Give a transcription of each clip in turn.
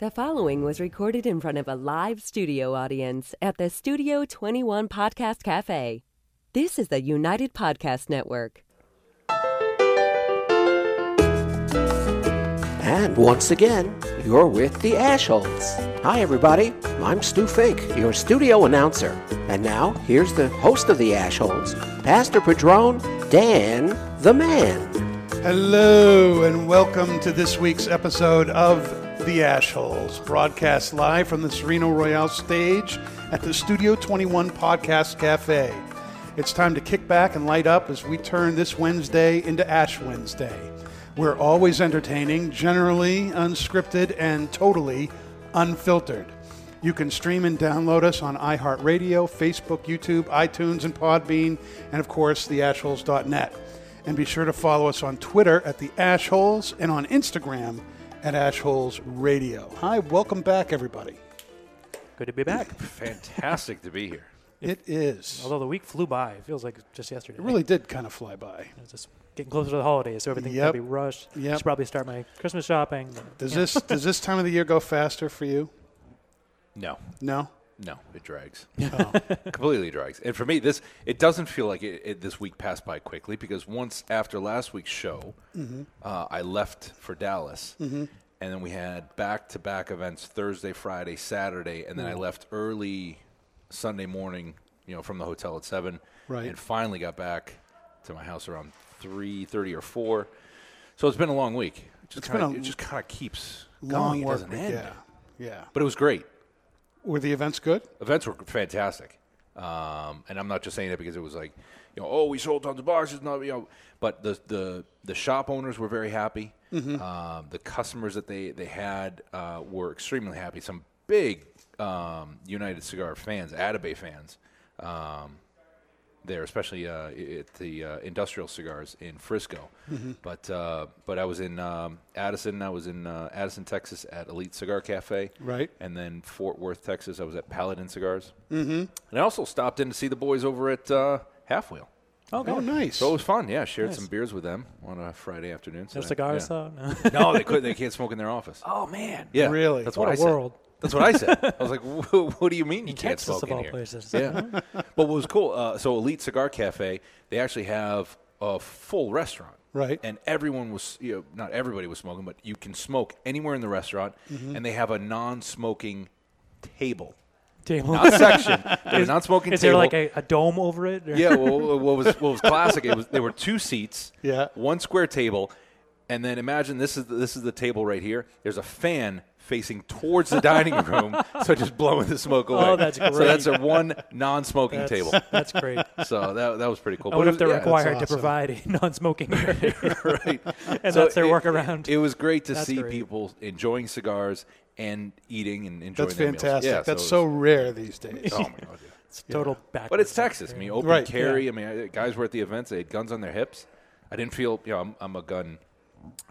The following was recorded in front of a live studio audience at the Studio 21 Podcast Cafe. This is the United Podcast Network. And once again, you're with the Ashholes. Hi, everybody. I'm Stu Fink, your studio announcer. And now, here's the host of the Ashholes, Pastor Padron Dan the Man. Hello, and welcome to this week's episode of The Ashholes, broadcast live from the Sereno Royale stage at the Studio 21 Podcast Cafe. It's time to kick back and light up as we turn this Wednesday into Ash Wednesday. We're always entertaining, generally unscripted, and totally unfiltered. You can stream and download us on iHeartRadio, Facebook, YouTube, iTunes, and Podbean, and of course, theashholes.net. And be sure to follow us on Twitter at the Ashholes and on Instagram at Ashholes Radio. Hi, welcome back, everybody. Good to be back. Fantastic to be here. It is. Although the week flew by, it feels like just yesterday. it really did kind of fly by. It's just getting closer to the holidays, so everything's Yep. gonna be rushed. Yep. Should probably start my Christmas shopping. Does this does this time of the year go faster for you? No, No. no, it drags. Completely drags. And for me, this it doesn't feel like it, it, this week passed by quickly because once after last week's show, Mm-hmm. uh, I left for Dallas, and then we had back to back events Thursday, Friday, Saturday, and then Mm-hmm. I left early Sunday morning. You know, from the hotel at seven, Right. and finally got back to my house around three thirty or four. So it's been a long week. It just It's kinda, been a it just kind of keeps Long going. It work. doesn't week, end. Yeah. Yeah. But it was great. Were the events good? events were fantastic. Um, and I'm not just saying that because it was like, you know, oh, we sold tons of boxes, not you know, but the the the shop owners were very happy. Um, the customers that they they had uh, were extremely happy. Some big um, United Cigar fans, Atabay fans, um, there, especially uh, i- at the uh, industrial cigars in Frisco. But uh, but I was in um, Addison. I was in uh, Addison, Texas, at Elite Cigar Cafe. Right. And then Fort Worth, Texas. I was at Paladin Cigars. Mm-hmm. And I also stopped in to see the boys over at uh, Half Wheel. Oh, good. Oh, nice. So it was fun. Yeah, shared some Nice. beers with them on a Friday afternoon. So No that- cigars, yeah. though. No. no, they could. They can't smoke in their office. Oh man. yeah, really? That's What what, a I said. world. That's what I said. I was like, "Wha- "What do you mean you can't Texas smoke of in all here?" places. Yeah. but what was cool? Uh, so Elite Cigar Cafe, they actually have a full restaurant. Right. And everyone was, you know, not everybody was smoking, but you can smoke anywhere in the restaurant, Mm-hmm. and they have a non-smoking table, Table. not section. They have a non-smoking Is there table. like a, a dome over it? Or? Yeah, well, what was what was classic? It was there were two seats, Yeah. one square table, and then imagine this is the, this is the table right here. There's a fan facing towards the dining room, so just blowing the smoke away. Oh, that's So that's a great. one non-smoking That's, table. That's great. I So that that was pretty cool. wonder it if they're was- yeah, required to awesome. provide a non-smoking area, right? and So that's their it- workaround. It, was great to That's see great. people enjoying cigars and eating and enjoying. That's their meals. fantastic. Yeah, That's it so was- rare these days. Oh my god. yeah. it's total back. But it's Texas. I mean, open Right, carry. I mean, I- guys were at the events. They had guns on their hips. I didn't feel, you know, I'm, I'm a gun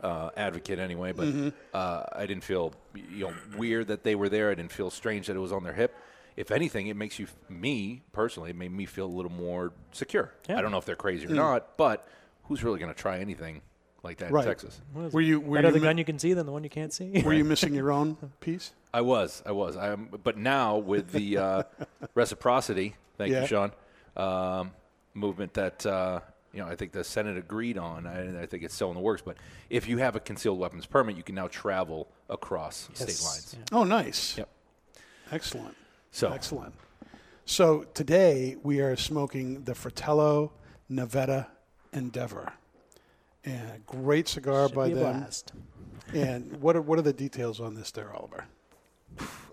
uh, advocate anyway, but Mm-hmm. uh, I didn't feel, you know, weird that they were there. I didn't feel strange that it was on their hip. If anything, it makes you, me personally, it made me feel a little more secure. Yeah. I don't know if they're crazy or Mm. not, but who's really going to try anything like that Right. in Texas? Were you were Better you, the mi- gun you can see than the one you can't see. were you missing your own piece? I was, I was, I'm, but now with the uh, reciprocity, thank Yeah. you, Sean, um, movement that uh, you know I think the Senate agreed on, and I think it's still in the works. But if you have a concealed weapons permit, you can now travel across state lines. Yeah. Oh, nice. Yep. Excellent. So Excellent. So today we are smoking the Fratello Nevada Endeavor. And a great cigar by Be a them. blast. And what are what are the details on this there, Oliver?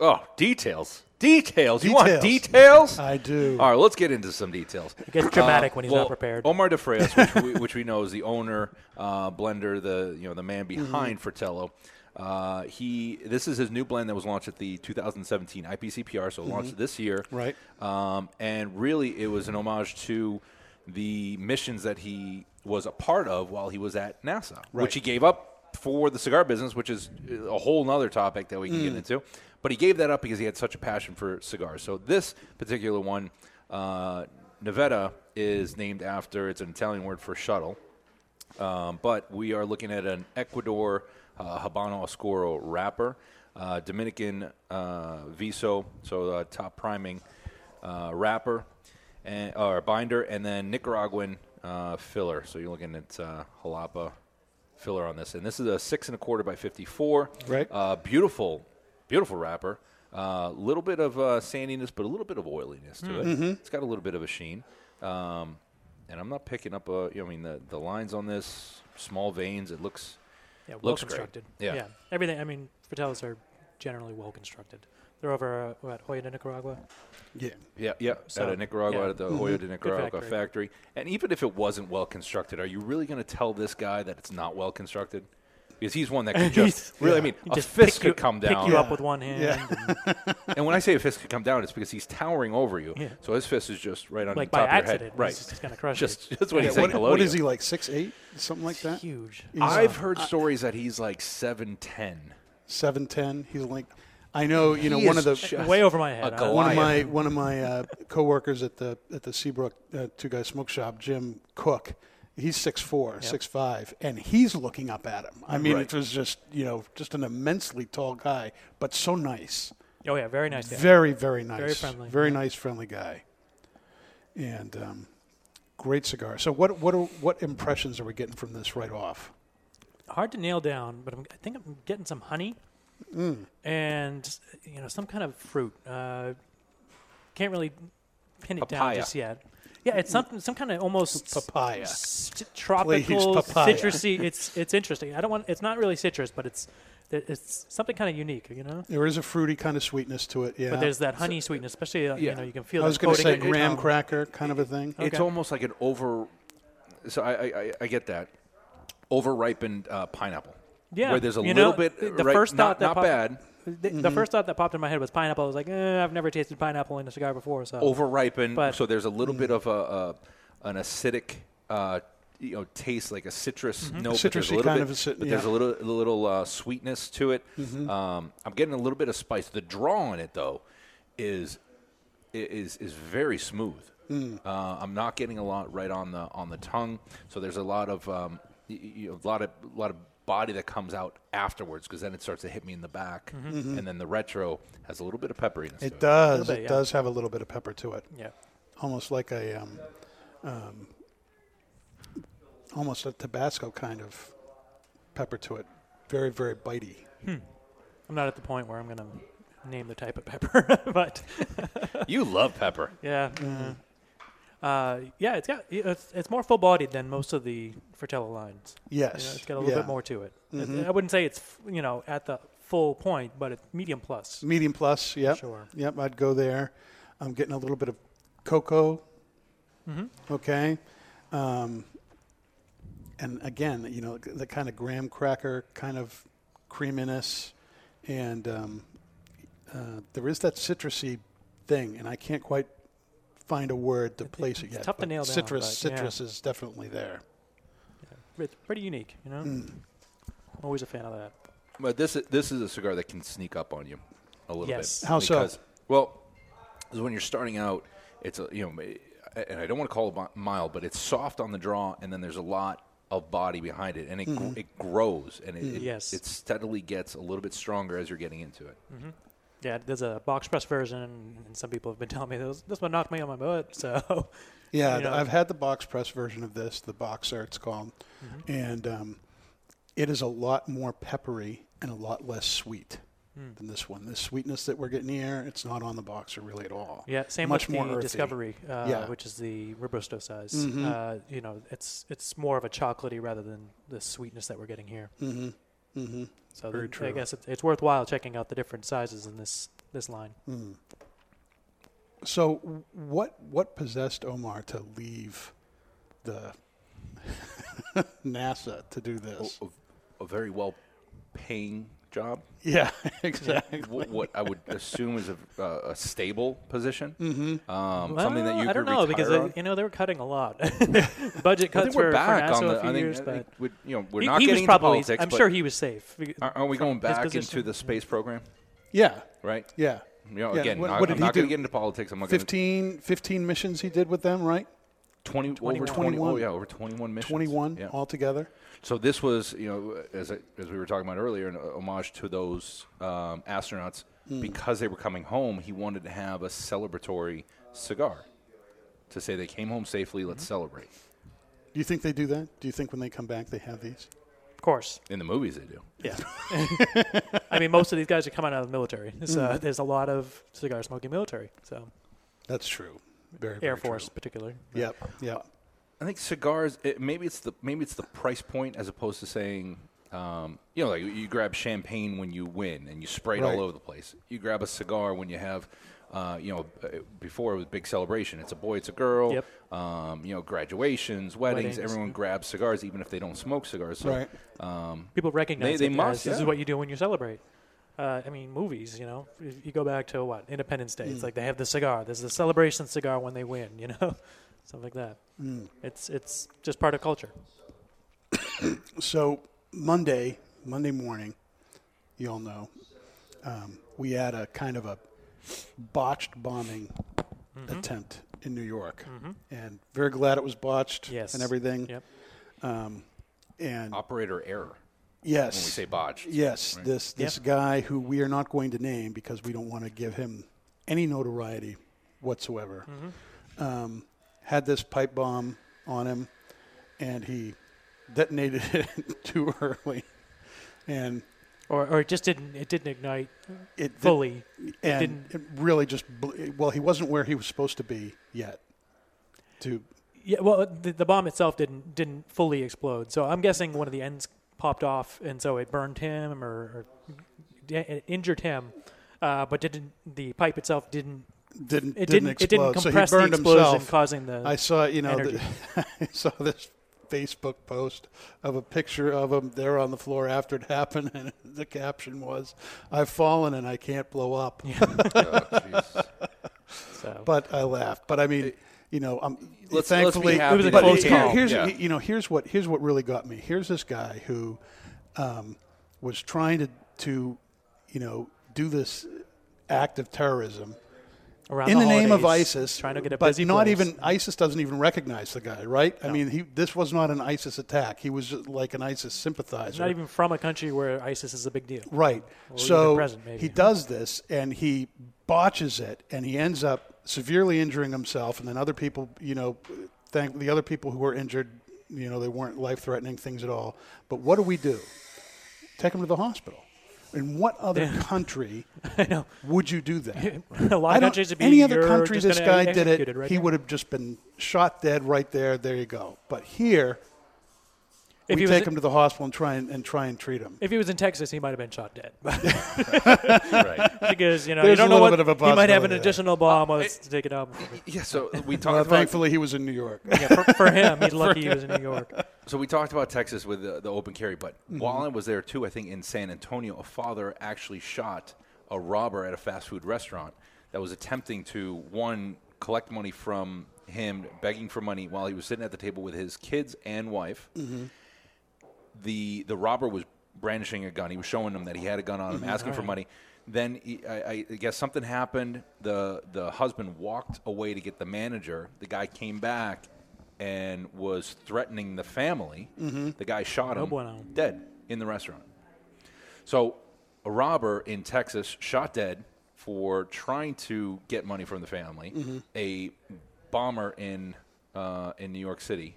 oh, details, details. You want Details. details? I do. All right, let's get into some details. It gets Uh, dramatic when he's not prepared. Omar DeFreas, which we, which we know is the owner, uh, blender, the you know the man Mm-hmm. behind Fratello. Uh, he this is his new blend that was launched at the 2017 IPCPR, so Mm-hmm. launched this year. Right. Um, and really, it was an homage to the missions that he was a part of while he was at NASA, Right. which he gave up for the cigar business, which is a whole nother topic that we can get into. But he gave that up because he had such a passion for cigars. So this particular one, uh, Nevada, is named after it's an Italian word for shuttle. Um, but we are looking at an Ecuador uh, Habano Oscuro wrapper. uh, Dominican uh, Viso, so uh, top priming uh, wrapper and, or binder, and then Nicaraguan uh, filler. So you're looking at uh, Jalapa filler on this, and this is a six and a quarter by 54. Right. Uh, beautiful, beautiful wrapper. A little bit of uh, sandiness, but a little bit of oiliness to it. It's got a little bit of a sheen. Um, and I'm not picking up a. You know, I mean, the, the lines on this small veins. It looks Yeah, well Looks great. constructed. Yeah. everything. I mean, Fratellas are generally well constructed. They're over uh, what Hoya de Nicaragua. Yeah. Yeah, yeah. So- out of Nicaragua, yeah. Mm-hmm. out of the Hoyo de Nicaragua factory. factory. And even if it wasn't well constructed, are you really going to tell this guy that it's not well constructed? Because he's one that could just He's- really. I yeah. mean, He a just fist pick you- could come pick down. you up with one hand. Yeah. and- And when I say a fist could come down, it's because he's towering over you. Yeah. So his fist is just right on like the by top of your accident, head. Right. He's just gonna crush Just, it. just when Yeah, he's saying what, hello. what to is he you. like? Six eight, something like that. Huge. I've heard uh, stories that he's like seven ten. Seven ten. He's like, I know. You know, He one of is the just Way over my head. a I- Goliath. one of my one of my uh, coworkers at the at the Seabrook uh, Two Guys Smoke Shop, Jim Cook. He's six four, six five, and he's looking up at him. I mean, Right. it was just you know just an immensely tall guy, but so nice, oh yeah, very nice. guy. very very nice, friendly, very yeah. nice friendly guy, and um, great cigar. So what what are, what impressions are we getting from this right off? hard to nail down, but I'm, I think I'm getting some honey Mm. and you know some kind of fruit. Uh, can't really pin it down Papaya. just yet. Yeah, it's something, some kind of almost Papaya. s- s- tropical, papaya. citrusy. It's it's interesting. I don't want. It's not really citrus, but it's it's something kind of unique. You know. There is a fruity kind of sweetness to it, yeah. But there's that honey sweetness, especially uh, you know you can feel. I that was going to say coating on your graham tongue. Oh, cracker kind of a thing. It's Okay. almost like an over. So I, I, I- I get that. Overripened uh, pineapple. Yeah, Where there's a you little know, bit. The the right- first not, thought that not popped, bad. The, mm-hmm. the first thought that popped in my head was pineapple. I was like, eh, I've never tasted pineapple in a cigar before, so Oh. Overripened. Oh. But- so there's a little bit of a, a an acidic. Uh, you know, taste like a citrus note. but there's Citrusy a little kind bit, of acid- but there's yeah. a little a little uh, sweetness to it. Um, I'm getting a little bit of spice. The draw on it though is i- is is very smooth. Uh, I'm not getting a lot right on the on the tongue, so there's a lot of um, y- y- you know, a lot of a lot of body that comes out afterwards because then it starts to hit me in the back, and then the retro has a little bit of pepperiness. It to it. does. bit, it yeah. does have a little bit of pepper to it. yeah, Almost like a, um, um, almost a Tabasco kind of pepper to it. Very, very bitey. I'm not at the point where I'm going to name the type of pepper, but you love pepper. yeah, Mm-hmm. uh, uh, yeah, it's got it's, it's more full-bodied than most of the Fratello lines. You know, Yes. it's got a little yeah. Mm-hmm. bit more to it. I I wouldn't say it's f- you know at the full point, but it's medium plus. Medium plus. Yep. Sure. Yep. I'd go there. I'm getting a little bit of cocoa. Mm-hmm. Okay. Um, and again, you know, the kind of graham cracker kind of creaminess, and um, uh, there is that citrusy thing, and I can't quite find a word to place it it's yet. tough to but nail down, Citrus, but yeah. citrus is definitely there. It's pretty unique, you know. Mm. Always a fan of that. But this i- this is a cigar that can sneak up on you a little Yes. bit. How so? because, Well, 'cause when you're starting out, it's a, you know, ma- and I don't want to call it mi- mild, but it's soft on the draw, and then there's a lot of body behind it, and it gr- it grows, and it, it, Mm-hmm. Yes. it steadily gets a little bit stronger as you're getting into it. Yeah, there's a box press version, and some people have been telling me this, this one knocked me on my butt. So Yeah, You know? I've had the box press version of this, the boxer it's called, Mm-hmm. and um, it is a lot more peppery and a lot less sweet Hmm. than this one. The sweetness that we're getting here, it's not on the boxer really at all. Yeah, same Much with more the earthy. Discovery, uh, Yeah. which is the Robusto size. Mm-hmm. Uh, you know, it's it's more of a chocolatey rather than the sweetness that we're getting here. Mm-hmm. Mm-hmm. So Very then I true. guess it, it's worthwhile checking out the different sizes in this this line. So, w- what what possessed Omar to leave the NASA to do this? Oh. A, a very well paying job. Yeah, exactly. Wh- what I would assume is a, uh, a stable position, mm-hmm. um, something that Well, you I could don't know retire because on. they, you know they were cutting a lot. Budget I cuts think were we're for back NASA on a the. few I think, years, I but think we, you know, we're he, not he getting was into probably. politics. I'm but sure he was safe. because- Aren't, aren't we from going his back position. into the space program? yeah, Right. yeah. You know, Yeah, again, what- not- what I'm did he not going do? to get into politics. I'm not going to. 15, 15 missions he did with them, right? 20 over 21. 21 yeah over 21 missions 21 yeah. altogether. So this was, you know, as I, as we were talking about earlier, an homage to those um, astronauts Hmm. because they were coming home. He wanted to have a celebratory cigar to say they came home safely. Hmm. Let's celebrate. Do you think they do that? Do you think when they come back they have these? Of course. In the movies, they do. Yeah. I mean, most of these guys are coming out of the military. So Mm. there's a lot of cigar smoking military. So That's true. Very, Air very true. Uh, Force, particularly. Yep. Yep. I think cigars. It, maybe it's the maybe it's the price point as opposed to saying, um, you know, like you grab champagne when you win and you spray it Right. all over the place. You grab a cigar when you have, uh, you know, uh, before it was a big celebration. It's a boy, it's a girl. Yep. Um, you know, graduations, weddings. Weddings. Everyone grabs cigars, even if they don't smoke cigars. So, Right. Um, People recognize They- it they as, must, This is yeah. what you do when you celebrate. Uh, I mean, movies. You know, If you go back to what Independence Day. Mm. It's like they have the cigar. There's the celebration cigar when they win. You know, something like that. Mm. It's it's just part of culture. So Monday, Monday morning, you all know, um, we had a kind of a botched bombing Mm-hmm. attempt in New York, and very glad it was botched Yes. and everything. Yep. And operator error yes, when we say botched. Yes, this this Yep. guy who we are not going to name because we don't want to give him any notoriety whatsoever Mm-hmm. um, had this pipe bomb on him, and he detonated it too early, and Or or it just didn't it didn't ignite it did- fully. and didn't- it really just ble- well he wasn't where he was supposed to be yet. To Yeah. Well, the, the bomb itself didn't didn't fully explode. So I'm guessing one of the ends popped off, and so it burned him or, or d- it injured him. Uh, but didn't the pipe itself didn't didn't didn't, it didn't, it explode, so didn't he compress burned the explosion himself. causing the I saw you know energy. the, I saw this Facebook post of a picture of him there on the floor after it happened, and the caption was, "I've fallen and I can't blow up." Oh, jeez. so. But I laughed. But I mean, you know, um, let's- thankfully, let's be happy It was a that- close but here- call. here's Yeah. you know here's what here's what really got me. Here's this guy who um, was trying to to you know do this act of terrorism around in the, name of holidays, ISIS, trying to get a but busy not place. even ISIS doesn't even recognize the guy, right? I mean, he this was not an ISIS attack. He was just like an ISIS sympathizer, not even from a country where ISIS is a big deal. right? even so present, maybe. he does this and he botches it, and he ends up severely injuring himself, and then other people, you know, thank the other people who were injured, you know, they weren't life-threatening things at all. But what do we do? Take him to the hospital. In what other country would you do that? a lot I don't- of countries would be any other you're country just this gonna guy did execute it, it right he now. would have just been shot dead right there. There you go. But here, If we he was take in- him to the hospital and try and, and try and treat him. If he was in Texas, he might have been shot dead right. because you know There's you a don't know little what bit of a he might have possibility an there. additional bomb while it's taken out. Yeah. So we talked Uh, about thankfully, he was in New York. Yeah, for, for him, he's lucky he was in New York. So we talked about Texas with the, the open carry, but while I was there too, I think in San Antonio, a father actually shot a robber at a fast food restaurant that was attempting to one collect money from him, begging for money while he was sitting at the table with his kids and wife. The the robber was brandishing a gun. He was showing them that he had a gun on him, asking for money. Then he, I, I guess something happened. The the husband walked away to get the manager. The guy came back and was threatening the family. The guy shot him bueno. dead in the restaurant. So, a robber in Texas shot dead for trying to get money from the family. A bomber in uh, in New York City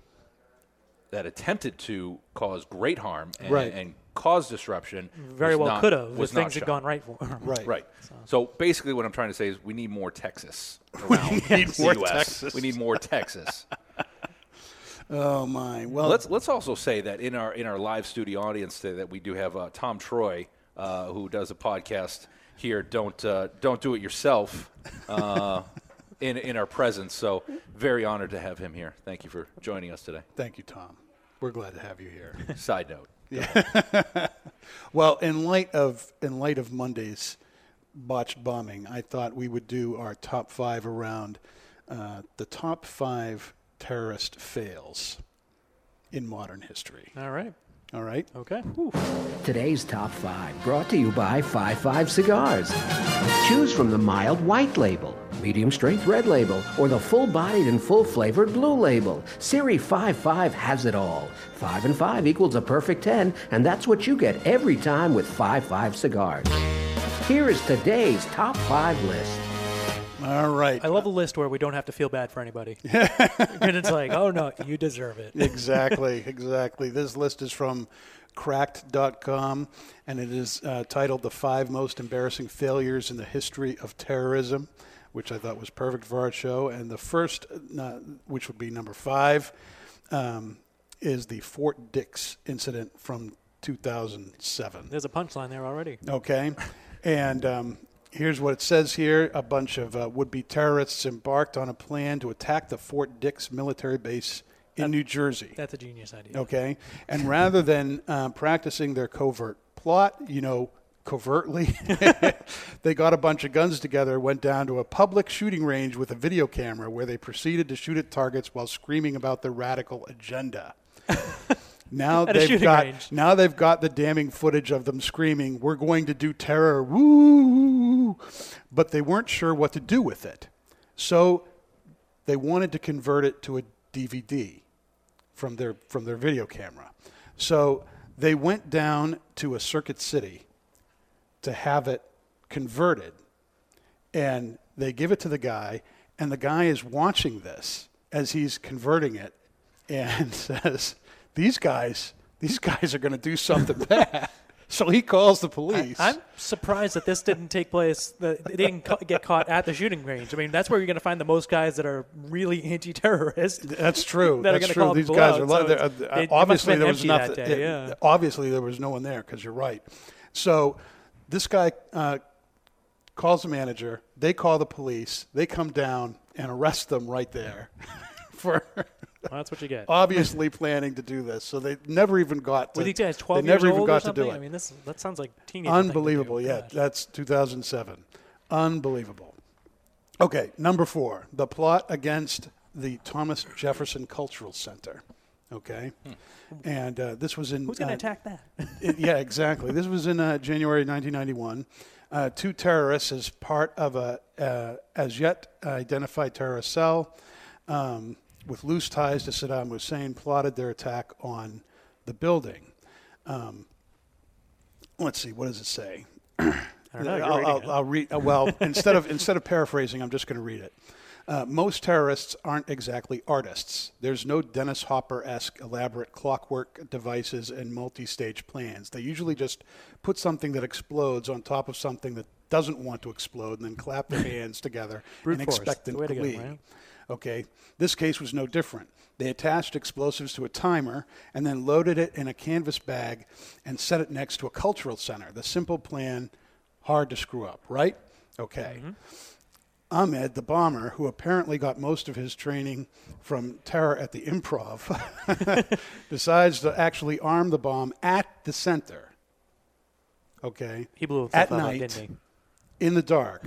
that attempted to cause great harm and, Right. and cause disruption Very was well not- could have. was if not things had shot. gone right for him. Right. Right. So. basically, what I'm trying to say is we need more Texas around need the more U.S. Texas. We need more Texas. Oh my! Well, Let's let's also say that in our in our live studio audience today that we do have uh, Tom Troy uh, who does a podcast here. Don't uh, don't do it yourself. Uh, in in our presence, so very honored to have him here. Thank you for joining us today. thank you, Tom. We're glad to have you here. Side note. well, in light of in light of Monday's botched bombing, I thought we would do our top five around uh, the top five terrorist fails in modern history. All right. All right. Okay. Today's Top 5 brought to you by Five Five Cigars. Choose from the mild white label, medium strength red label, or the full bodied and full flavored blue label. Siri 55 has it all. 5 and 5 equals a perfect 10, and that's what you get every time with 55 cigars. Here is today's top 5 list. All right. I love a list where we don't have to feel bad for anybody. and it's like, oh no, you deserve it. exactly, exactly. This list is from cracked.com and it is uh, titled The Five Most Embarrassing Failures in the History of Terrorism, which I thought was perfect for our show. And the first, uh, which would be number five, um, is the Fort Dix incident from 2007. There's a punchline there already. Okay. And um, here's what it says here a bunch of uh, would be terrorists embarked on a plan to attack the Fort Dix military base in New Jersey. That's a genius idea. Okay. And rather than uh, practicing their covert plot, you know, covertly, they got a bunch of guns together, went down to a public shooting range with a video camera where they proceeded to shoot at targets while screaming about their radical agenda. Now At a they've shooting got range. now they've got the damning footage of them screaming, "We're going to do terror!" Woo, woo, woo," but they weren't sure what to do with it, so they wanted to convert it to a DVD from their from their video camera. So they went down to a Circuit City to have it converted, and they give it to the guy, and the guy is watching this as he's converting it, and says, "These guys, these guys are going to do something bad." so he calls the police. I'm surprised that this didn't take place. That they didn't ca- get caught at the shooting range. I mean, that's where you're going to find the most guys that are really anti-terrorist. That's true. that are That's gonna true. call the These guys blowout, are li- so they're- it's- uh, it- it must obviously have been there was empty that nothing. day, yeah. Obviously there was no one there because you're right. So this guy uh, calls the manager. They call the police. They come down and arrest them right there for Well, that's what you Oh, get. obviously planning to do this. So they never even got to. Were these guys 12 they never years even old got or something? to do it. I mean, this that sounds like teenage. Unbelievable. Yeah, that's 2007. Unbelievable. Okay, number four the plot against the Thomas Jefferson Cultural Center. Okay. And uh, this was in. Hmm. Who's going to uh, attack that? it- yeah, exactly. This was in uh, January 1991. Uh, two terrorists, as part of a uh, as yet identified terrorist cell, um, with loose ties to Saddam Hussein, plotted their attack on the building. Um, let's see, what does it say? I don't know. You're I'll, reading I'll, it. I'll read. uh, well, instead of instead of paraphrasing, I'm just going to read it. Uh, most terrorists aren't exactly artists. There's no Dennis Hopper-esque elaborate clockwork devices and multi-stage plans. They usually just put something that explodes on top of something that doesn't want to explode, and then clap their hands together Brute and force. expect an The way to go, glee. right? Okay, this case was no different. They attached explosives to a timer and then loaded it in a canvas bag and set it next to a cultural center. The simple plan, hard to screw up, right? Okay. Mm-hmm. Ahmed, the bomber, who apparently got most of his training from terror at the improv, decides to actually arm the bomb at the center. Okay. He blew himself at up, night didn't he? in the dark,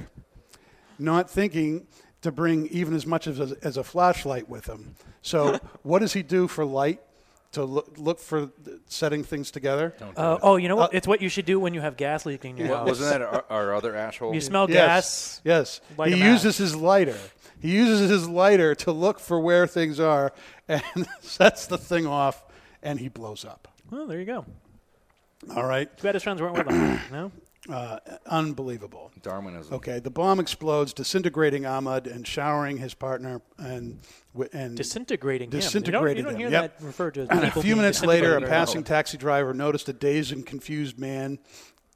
not thinking to bring even as much as a, as a flashlight with him. So, what does he do for light to look, look for th- setting things together? Uh, oh, you know what? it's what you should do when you have gas leaking in your Wa- house. Wasn't that our, our other asshole? you smell Yes. gas. Yes. light he a match. uses his lighter. He uses his lighter to look for where things are and sets the thing off and he blows up. Well, there you go. All right. Too bad his friends weren't with him. No. Unbelievable. Darwinism. Okay, the bomb explodes, disintegrating Ahmad and showering his partner and wi- and disintegrating him. Disintegrated You don't, him, you don't hear yep. that referred to as And people a few being minutes later, a disintegrated. passing taxi driver noticed a dazed and confused man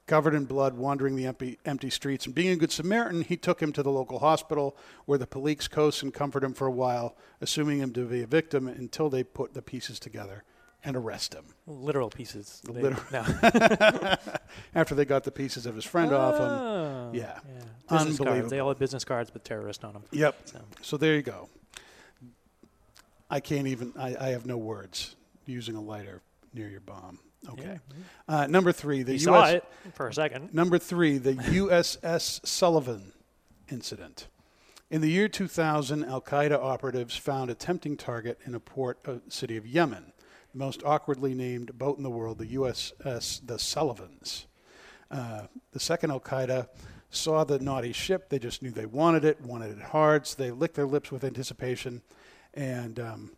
covered in blood wandering the empty, empty streets. And being a good Samaritan, he took him to the local hospital where the police coached and comforted him for a while, assuming him to be a victim until they put the pieces together and arrest him. literal pieces. They- Literal- no. After they got the pieces of his friend off him. Oh, Yeah. Business cards. They Unbelievable. all had business cards with terrorists on them. Yep. So. So there you go. I can't even, I, I have no words using a lighter near your bomb. Okay. Uh, number three, the You U.S. saw it for a second. Number three, the USS Sullivan incident. In the year 2000, Al Qaeda operatives found a tempting target in a port uh, city of Yemen, the most awkwardly named boat in the world, the USS the Sullivans. Uh, the second Al Qaeda saw the naughty ship. They just knew they wanted it, wanted it hard. So they licked their lips with anticipation. And um,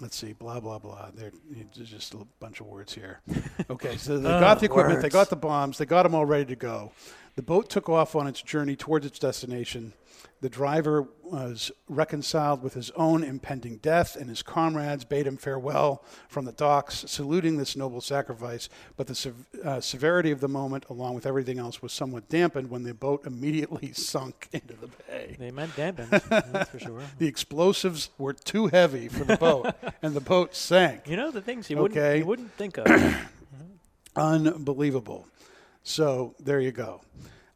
let's see, blah, blah, blah. There- There's just a bunch of words here. Okay, so they got the equipment, they got the bombs, they got them all ready to go. The boat took off on its journey towards its destination. The driver was reconciled with his own impending death, and his comrades bade him farewell from the docks, saluting this noble sacrifice. But the sev- uh, severity of the moment, along with everything else, was somewhat dampened when the boat immediately sunk into the bay. They meant dampened, that's for sure. The explosives were too heavy for the boat, and the boat sank. You know the things you wouldn't Okay. you wouldn't think of. Unbelievable. So there you go.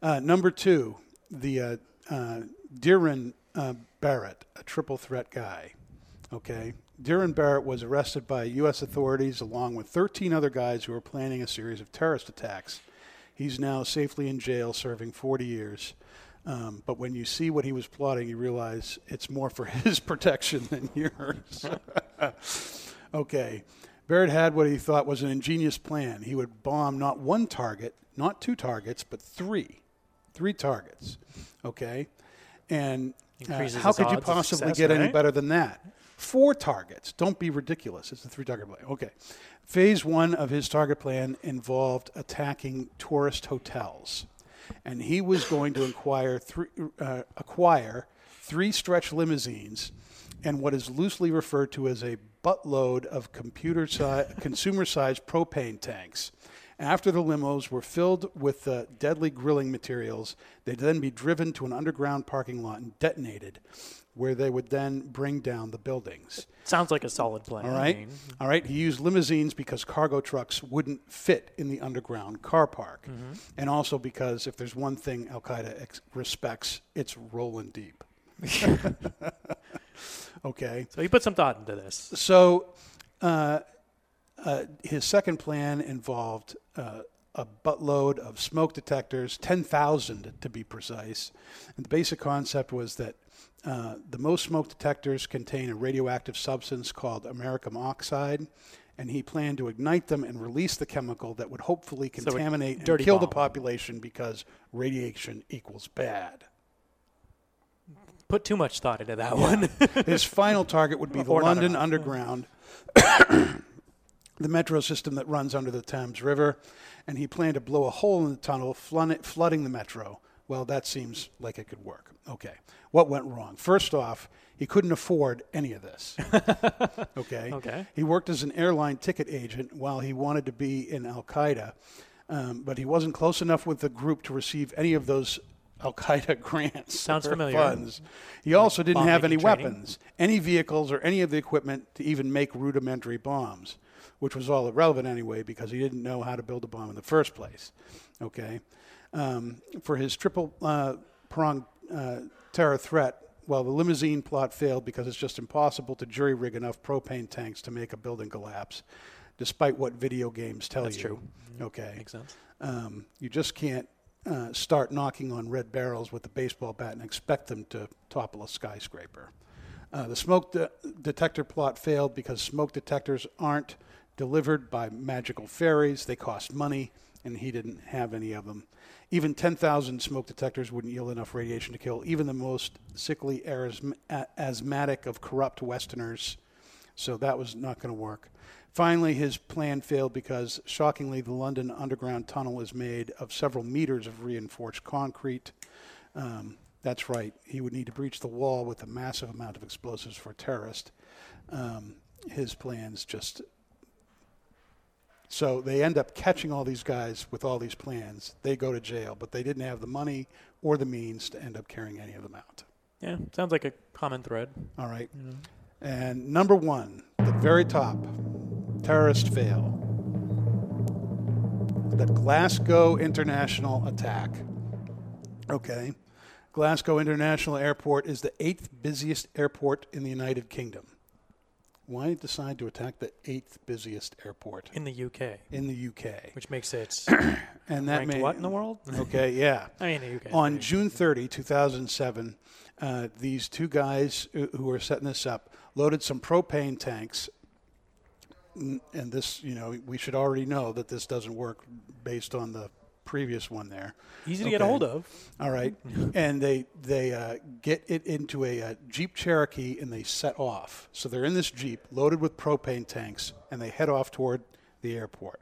Uh, number two, the uh, uh, Deerin uh, Barrett, a triple threat guy. Okay. Deerin Barrett was arrested by U.S. authorities along with 13 other guys who were planning a series of terrorist attacks. He's now safely in jail serving 40 years. Um, but when you see what he was plotting, you realize it's more for his protection than yours. Okay. Barrett had what he thought was an ingenious plan. He would bomb not one target, not two targets, but three. Three targets. Okay. And uh, Increases how his could you odds of possibly success, get any right? better than that? Four targets. Don't be ridiculous. It's a three target play. Okay. Phase one of his target plan involved attacking tourist hotels. And he was going to inquire three, uh, acquire three stretch limousines and what is loosely referred to as a buttload of computer si- consumer sized propane tanks. After the limos were filled with the deadly grilling materials, they'd then be driven to an underground parking lot and detonated, where they would then bring down the buildings. Sounds like a solid plan. All right. All right. He used limousines because cargo trucks wouldn't fit in the underground car park. And also because if there's one thing Al Qaeda ex- respects, it's rolling deep. okay. So he put some thought into this. So, uh, uh, his second plan involved uh, a buttload of smoke detectors, 10,000 to be precise. And the basic concept was that uh, the most smoke detectors contain a radioactive substance called americum oxide. And he planned to ignite them and release the chemical that would hopefully a contaminate and dirty kill the bomb. population because radiation equals bad. Put too much thought into that one. His final target would be the Or not London enough. Underground, the metro system that runs under the Thames River, and he planned to blow a hole in the tunnel, flood- flooding the metro. Well, that seems like it could work. Okay. What went wrong? First off, he couldn't afford any of this. Okay. Okay. He worked as an airline ticket agent while he wanted to be in Al Qaeda, um, but he wasn't close enough with the group to receive any of those Al Qaeda grants. Sounds or familiar. Funds. He also didn't have any bomb-making training. weapons, any vehicles, or any of the equipment to even make rudimentary bombs, which was all irrelevant anyway because he didn't know how to build a bomb in the first place. Okay. Um, for his triple uh, pronged uh, terror threat, well, the limousine plot failed because it's just impossible to jury rig enough propane tanks to make a building collapse, despite what video games tell you. true. Okay. Makes sense. Um, you just can't uh, start knocking on red barrels with a baseball bat and expect them to topple a skyscraper. Uh, the smoke de- detector plot failed because smoke detectors aren't delivered by magical ferries. They cost money, and he didn't have any of them. Even 10,000 smoke detectors wouldn't yield enough radiation to kill even the most sickly arism- a- asthmatic of corrupt Westerners. So that was not going to work. Finally, his plan failed because, shockingly, the London Underground Tunnel is made of several meters of reinforced concrete. Um, that's right, he would need to breach the wall with a massive amount of explosives for a terrorist. Um, his plans just. So they end up catching all these guys with all these plans. They go to jail, but they didn't have the money or the means to end up carrying any of them out. Yeah, sounds like a common thread. All right. And number one, the very top, terrorist fail. The Glasgow International attack. Okay. Glasgow International Airport is the eighth busiest airport in the United Kingdom. Why decide to attack the eighth busiest airport in the UK, in the UK? which makes it And ranked what in the world? Okay, yeah. I mean, the UK. On June 30, 2007, uh, these two guys who who were setting this up loaded some propane tanks. N- And this, you know, we should already know that this doesn't work based on the previous one there. Easy to get a Okay. hold of. All right, and they they uh, get it into a uh, Jeep Cherokee and they set off. So they're in this Jeep loaded with propane tanks, and they head off toward the airport.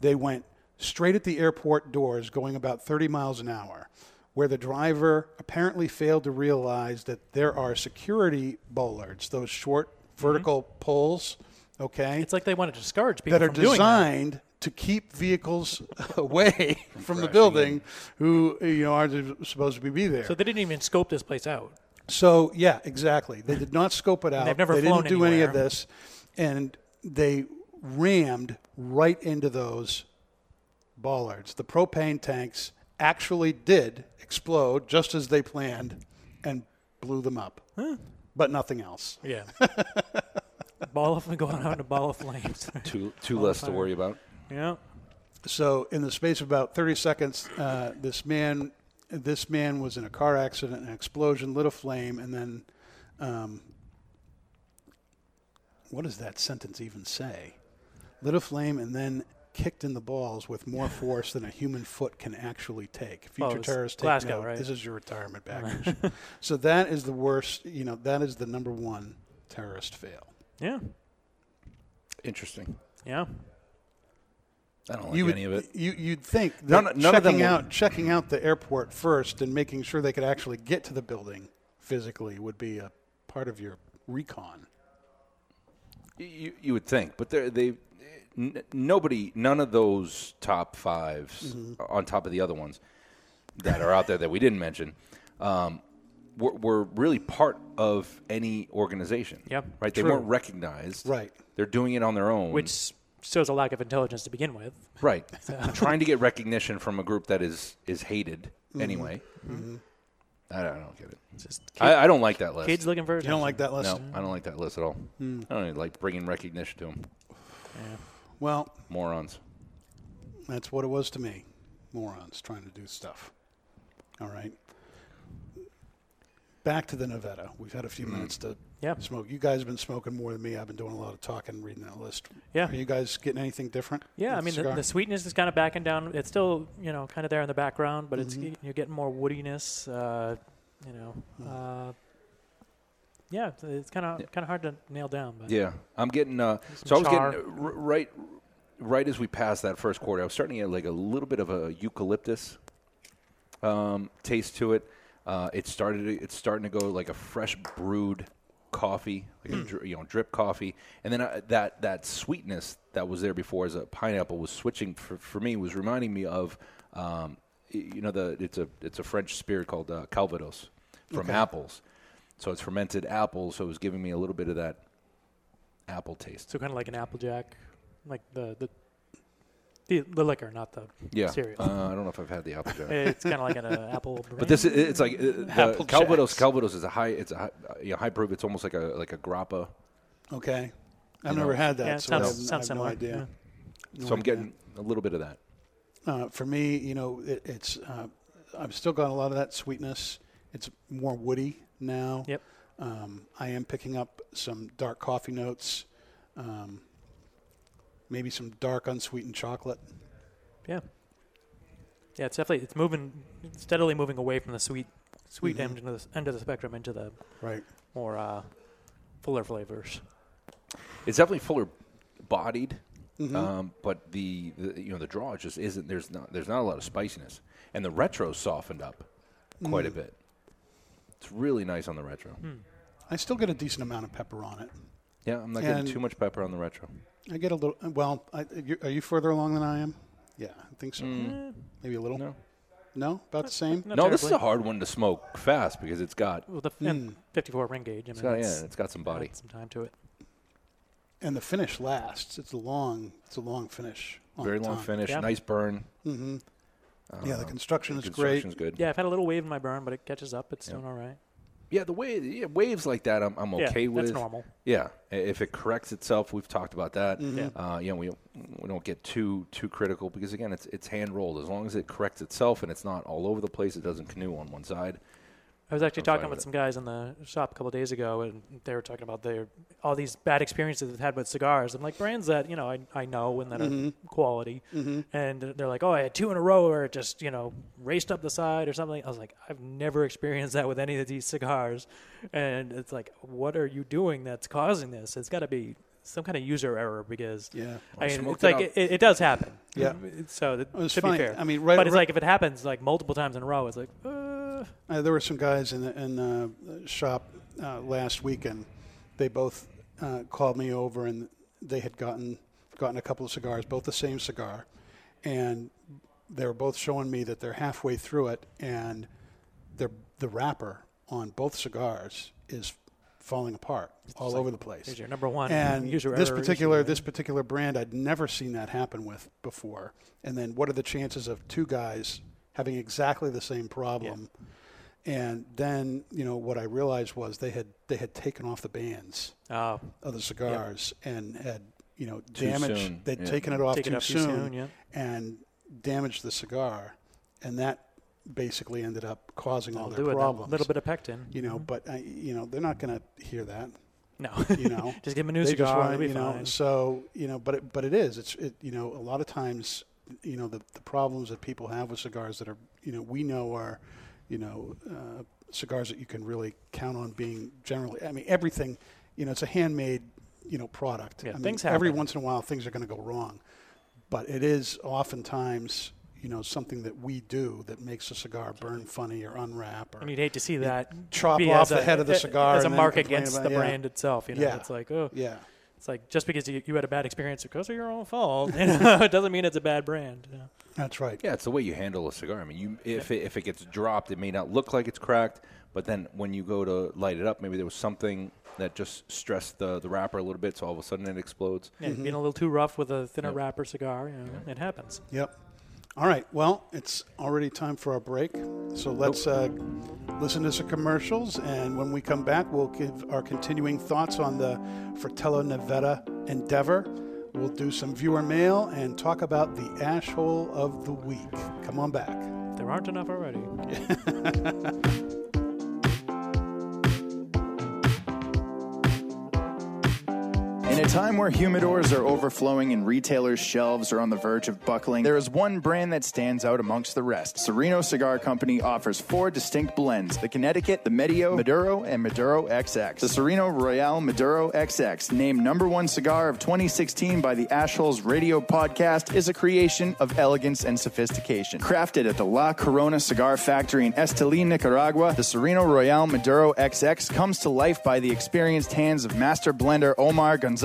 They went straight at the airport doors, going about 30 miles an hour, where the driver apparently failed to realize that there are security bollards, those short vertical poles. Okay, It's like they want to discourage people that are from doing that. designed to keep vehicles away from the building who you know aren't supposed to be- be there. So So, they didn't even scope this place out. yeah, exactly. They did not scope it out. they've never they flown didn't do any of anywhere. this, and they rammed right into those bollards. The propane tanks actually did explode just as they planned, and blew them up. But nothing else. Yeah. ball of going out in a ball of flames. Two, two less to worry about. yeah. So, in the space of about 30 seconds, uh, this man, this man was in a car accident, an explosion lit a flame, and then, um, what does that sentence even say? Lit a flame and then kicked in the balls with more force than a human foot can actually take. Well, it Future was terrorists take Glasgow, note. right? This is your retirement package. so that is the worst. You know, that is the number one terrorist fail. Yeah. Interesting. Yeah. I don't like you would, any of it. You, you'd think that None- none of them checking were- out checking out the airport first and making sure they could actually get to the building physically would be a part of your recon. You, you would think, but they're- they, n- nobody, none of those top 5s on top of the other ones that are out there that we didn't mention, um, were, were really part of any organization. Yep. Right. They True. weren't recognized. Right. They're doing it on their own. Which shows a lack of intelligence to begin with. right. Trying to get recognition from a group that is is hated anyway. I, don't, I don't get it. It's just kid, I, I don't like that list. kids looking for You don't like that list? no, I don't like that list at all. I don't even like bringing recognition to them. Well, Morons. that's what it was to me. Morons trying to do stuff. All right. Back to the Nevada. We've had a Mm. few minutes to Yep. smoke. You guys have been smoking more than me. I've been doing a lot of talking, reading that list. Yeah. Are you guys getting anything different? Yeah, I with mean the, cigar? the sweetness is kind of backing down. It's still you know kind of there in the background, but Mm-hmm. it's you're getting more woodiness. Uh, you know, Mm. uh, yeah, it's- it's kind of kind of hard to nail down. But Yeah, I'm getting. Uh, so I was getting uh, r- right, right as we passed that first quarter, I was starting to get like a little bit of a eucalyptus um, taste to it. Uh, it started. It's starting to go like a fresh brewed coffee, like a dri you know drip coffee, and then I, that that sweetness that was there before as a pineapple was switching for, for me was reminding me of. Um, y- you know the it's a it's a French spirit called uh, Calvados from apples, so it's fermented apples. So it was giving me a little bit of that apple taste. so kind of like an applejack, like the the the, the liquor, not the Yeah, cereal. Uh, I don't know if I've had the apple jack, it's kind of like an uh, apple. but this is, it's like uh, the Apple Calvados. Jacks. Calvados is a high. It's a high, uh, you know, high proof. It's almost like a like a grappa. Okay. I've never had that, yeah, it so I sounds, have, I sounds have no similar. idea. yeah. So I'm getting a little bit of that. Uh, for me, you know, it, it's uh, I've still got a lot of that sweetness. It's more woody now. Yep. Um, I am picking up some dark coffee notes, um, maybe some dark unsweetened chocolate. Yeah. Yeah, it's definitely it's moving steadily moving away from the sweet Mm-hmm. sweet end of the end of the spectrum into the Right. more uh, fuller flavors. It's definitely fuller bodied, Hmm? Mm-hmm. um, but the, the you know the draw just isn't. There's not there's not a lot of spiciness, and the retro softened up quite a bit. It's really nice on the retro. I still get a decent amount of pepper on it. Yeah, I'm not getting And- too much pepper on the retro. I get a little. Well, I, you- are you further along than I am? Yeah, I think so. Mm. Maybe a little. Mm. No. No, about the same. Not no, this is a terribly. hard one to smoke fast because it's got well, the f- and 54 ring gauge. I mean, it's got, it's yeah, it's got some body. got some time to it. And the finish lasts. It's a long. It's a long finish. on Very the long Uh, tongue. finish, Yeah. nice burn. Yeah, the construction is great. Construction's good. Yeah, I've had a little wave in my burn, but it catches up. It's doing all right. Yeah, the way yeah, waves like that, I'm, I'm Yeah, okay with. that's normal. Yeah, i- if it corrects itself, we've talked about that. Mm-hmm. Uh, you know, we we don't get too too critical because again, it's it's hand rolled. As long as it corrects itself and it's not all over the place, it doesn't canoe on one side. I was actually I'm fine talking with with it. some guys in the shop a couple days ago, and they were talking about their all these bad experiences they've had with cigars. I'm like brands that you know I, I know and that are quality, and they're like, oh, I had two in a row, or it just you know raced up the side or something. I was like, I've never experienced that with any of these cigars, and it's like, what are you doing that's causing this? It's got to be some kind of user error because Yeah. Or I mean, it's smoked it like out. it, it, it does happen. Yeah. So that, was to funny. be fair, I mean, right- But it's right- like if it happens like multiple times in a row, it's like. Uh, Uh, there were some guys in the, in the shop uh, last weekend. They both uh, called me over, and they had gotten gotten a couple of cigars, both the same cigar, and they were both showing me that they're halfway through it, and they're, the wrapper on both cigars is falling apart all over the place. Here's your number one and user this error particular issue. this particular brand I'd never seen that happen with before. And then what are the chances of two guys having exactly the same problem? And then you know what I realized was they had they had taken off the bands Oh, of the cigars and had you know Too damaged soon, they'd yeah. taken it off, Take it too, off too soon soon, yeah. and damaged the cigar, and that basically ended up causing all I'll their do it. A problems. little bit Mm-hmm. of pectin. you know, but I, you know they're not going to hear that No. you know Just give 'em a new they cigar, want, it'll be you know fine. so you know but it, but it is it's it, you know a lot of times you know the, the problems that people have with cigars that are you know we know are you know uh, cigars that you can really count on being generally i mean everything you know it's a handmade you know product Yeah, I mean, things every happen. once in a while things are going to go wrong but it is oftentimes you know something that we do that makes a cigar burn funny or unwrap or and you'd hate to see that chop be off as the a- head of the a- cigar as a and then mark complain against about- the yeah. brand itself. You know, Yeah. it's like oh, yeah it's like just because you, you had a bad experience because of your own fault, you know, it doesn't mean it's a bad brand. you know. that's right Yeah, it's the way you handle a cigar. I mean, you if it, if it gets dropped, it may not look like it's cracked, but then when you go to light it up, maybe there was something that just stressed the the wrapper a little bit, so all of a sudden it explodes. Yeah, Being a little too rough with a thinner wrapper cigar, you know, it happens. Yep. All right. Well, it's already time for our break. So let's uh, listen to some commercials. And when we come back, we'll give our continuing thoughts on the Fratello Nevada endeavor. We'll do some viewer mail and talk about the ash hole of the week. Come on back. There aren't enough already. In a time where humidors are overflowing and retailers' shelves are on the verge of buckling, there is one brand that stands out amongst the rest. Sereno Cigar Company offers four distinct blends the Connecticut, the Medio, Maduro, and Maduro XX. The Sereno Royale Maduro XX, named number one cigar of 2016 by the Ashholes Radio Podcast, is a creation of elegance and sophistication. Crafted at the La Corona Cigar Factory in Esteli, Nicaragua, the Sereno Royale Maduro XX comes to life by the experienced hands of master blender Omar Gonzalez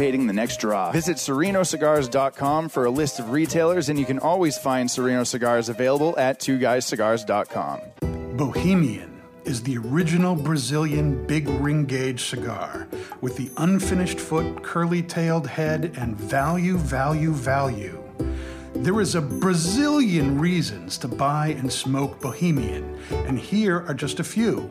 the next draw. Visit serenocigars.com for a list of retailers, and you can always find Sereno Cigars available at twoguyscigars.com. Bohemian is the original Brazilian big ring gauge cigar with the unfinished foot, curly tailed head, and value, value, value. There is a Brazilian reasons to buy and smoke Bohemian, and here are just a few.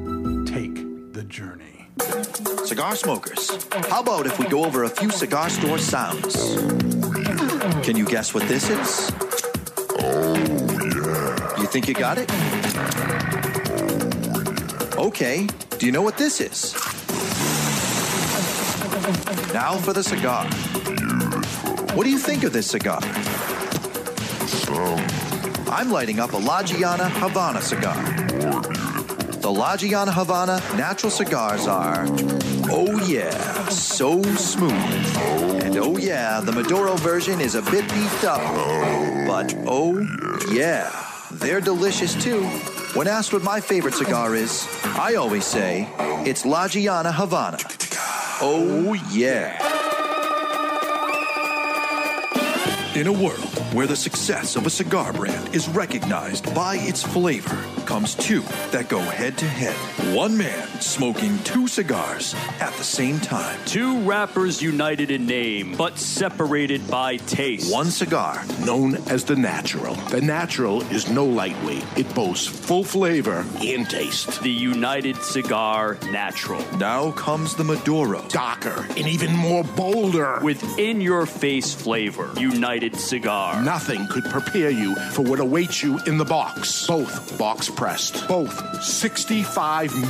Take the journey. Cigar smokers, how about if we go over a few cigar store sounds? Can you guess what this is? Oh, yeah. You think you got it? Okay, do you know what this is? Now for the cigar. What do you think of this cigar? I'm lighting up a La Giana Havana cigar. The La Giana Havana natural cigars are, oh yeah, so smooth. And oh yeah, the Maduro version is a bit beefed up. But oh yeah, they're delicious too. When asked what my favorite cigar is, I always say it's La Giana Havana. Oh yeah. In a world where the success of a cigar brand is recognized by its flavor, comes two that go head to head. One man smoking two cigars at the same time. Two rappers united in name, but separated by taste. One cigar, known as the natural. The natural is no lightweight. It boasts full flavor and taste. The United Cigar Natural. now comes the Maduro. Darker and even more bolder. With in your face flavor, United Cigar. Nothing could prepare you for what awaits you in the box. Both box pressed. Both 65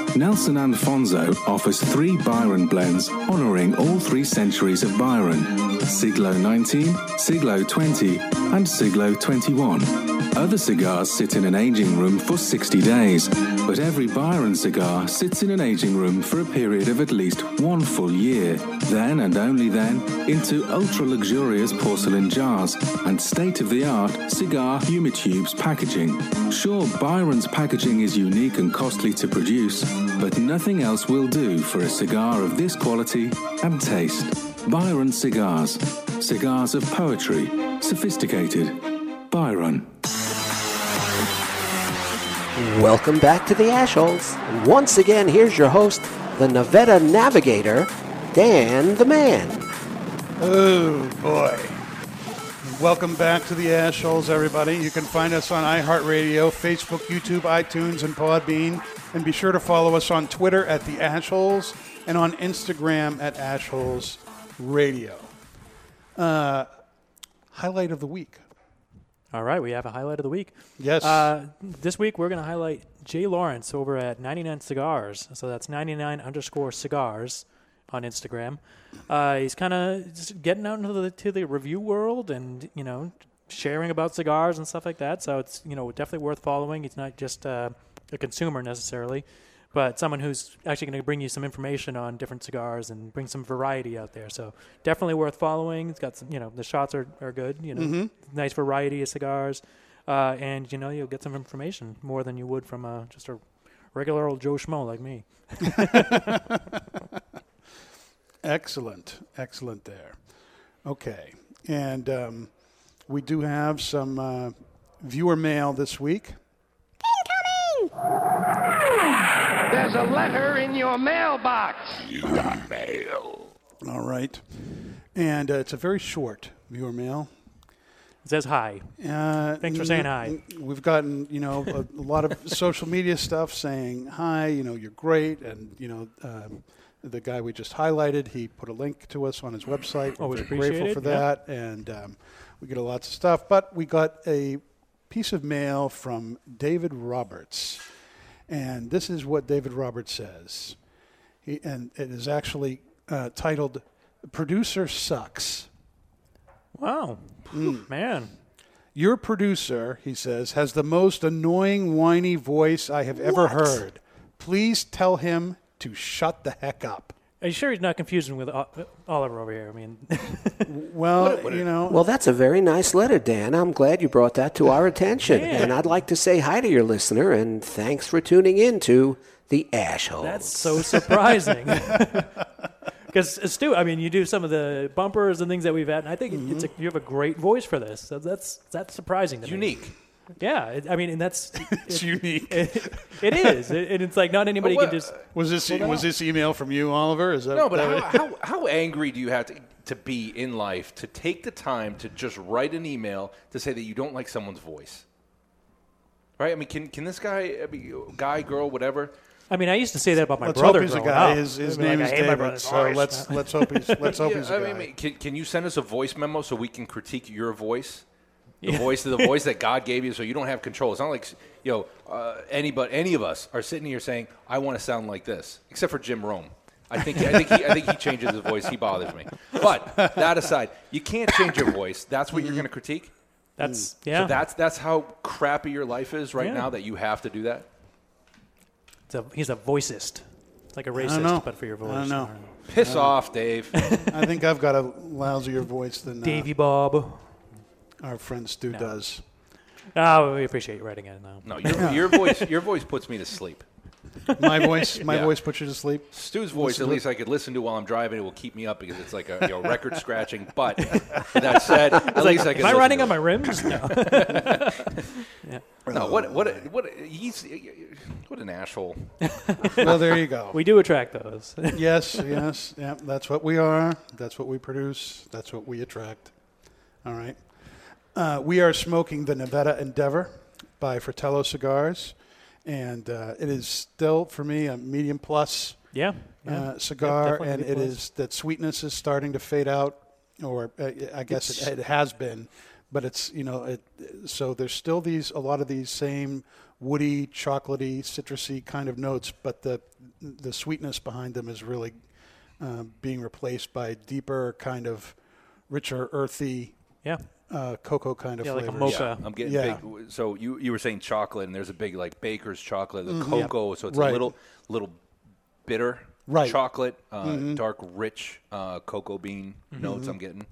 Nelson Anfonso offers three Byron blends honoring all three centuries of Byron Siglo 19, Siglo 20, and Siglo 21. Other cigars sit in an aging room for 60 days, but every Byron cigar sits in an aging room for a period of at least one full year, then and only then into ultra luxurious porcelain jars and state of the art cigar humitubes packaging. Sure, Byron's packaging is unique and costly to produce, but nothing else will do for a cigar of this quality and taste. Byron Cigars. Cigars of poetry. Sophisticated. Byron. Welcome back to the Ashholes. Once again, here's your host, the Nevada Navigator, Dan the Man. Oh boy. Welcome back to the Ash Holes, everybody. You can find us on iHeartRadio, Facebook, YouTube, iTunes, and Podbean. And be sure to follow us on Twitter at the Ash Holes and on Instagram at Ash Holes Radio. Uh, highlight of the week. All right, we have a highlight of the week. Yes. Uh, this week we're going to highlight Jay Lawrence over at 99 Cigars. So that's 99 underscore cigars on Instagram. Uh, he's kind of getting out into the to the review world and you know sharing about cigars and stuff like that. So it's you know definitely worth following. He's not just uh, a consumer necessarily, but someone who's actually going to bring you some information on different cigars and bring some variety out there. So definitely worth following. It's got some, you know, the shots are, are good, you know, nice variety of cigars. Uh, and, you know, you'll get some information more than you would from uh, just a regular old Joe Schmo like me. Excellent, excellent there. Okay, and um, we do have some uh, viewer mail this week. There's a letter in your mailbox. All right, and uh, it's a very short viewer mail. It says hi. Uh, Thanks for saying hi. We've gotten you know a, a lot of social media stuff saying hi. You know you're great, and you know um, the guy we just highlighted, he put a link to us on his website. We're Always very grateful Oh, appreciate for it, yeah. that, and um, we get a lots of stuff. But we got a piece of mail from David Roberts, and this is what David Roberts says. He, and it is actually uh, titled "Producer Sucks." Wow. Man. Your producer, he says, has the most annoying, whiny voice I have ever heard. Please tell him to shut the heck up. Are you sure he's not confusing with O- uh, Oliver over here? I mean, Well, you know, Well, that's a very nice letter, Dan. I'm glad you brought that to our attention. Yeah. And I'd like to say hi to your listener and thanks for tuning in to the Ashholes. that's so surprising. Because uh, Stu, I mean, you do some of the bumpers and things that we've had, and I think it's a, you have a great voice for this. So that's that's surprising to me. Unique. Yeah, it- I mean, and that's It's unique. it is, It- and it's like not anybody Well, can just. Was this Well, was no. this email from you, Oliver? Is that No, but how, that- how, how angry do you have to, to be in life to take the time to just write an email to say that you don't like someone's voice? Right? I mean, can, can this guy, I mean, guy, girl, whatever? I mean, I used to say that about my Let's brother. hope he's a growing guy. up. His- his I'd be like, name "I is hate my David, brother's so voice." let's- Let's hope he's let's hope he's a I guy. mean, ma- can, can you send us a voice memo so we can critique your voice? The voice of the voice that God gave you, so you don't have control. It's not like yo, uh, anybody, any of us are sitting here saying, "I want to sound like this," except for Jim Rome. I think I think he, I think he changes his voice. He bothers me. But that aside, you can't change your voice. That's what you're going to critique. Hmm. That's- yeah. So that's that's how crappy your life is right Yeah. now that you have to do that. It's a- he's a voicist, It's like a I racist, don't know. but for your voice. I don't know. Piss off, Dave. I think I've got a lousier voice than uh, Davy Bob. Our friend Stu does. Oh, we appreciate you writing it. No, No, your, your voice your voice puts me to sleep. My voice, my Yeah. voice puts you to sleep. Stu's voice, Listen at to least I could listen to while I'm driving. It will keep me up because it's like a you know, record scratching. But that said, It's at like, least I am can. I listen riding to on it. my rims? No. Yeah. No. What? What? What? He's what an asshole. well, there you go. We do attract those. yes, yes, yeah. That's what we are. That's what we produce. That's what we attract. All right. Uh, we are smoking the Nevada Endeavor by Fratello Cigars, and uh, it is still for me a medium plus. Yeah, yeah. Uh, Yeah, cigar, definitely and it medium plus. is that sweetness is starting to fade out, or uh, I guess it, it has been, but it's you know it. So there's still these a lot of these same woody, chocolatey, citrusy kind of notes, but the the sweetness behind them is really uh, being replaced by deeper kind of richer, earthy, yeah, uh, cocoa kind of flavors. Yeah, I'm getting big. So you you were saying chocolate, and there's a big like baker's chocolate, the Mhm. cocoa. Yep. So it's Right. a little little bitter. Right. Chocolate, uh, Mhm. dark, rich uh, cocoa bean Mm-hmm. notes. Mhm. I'm getting.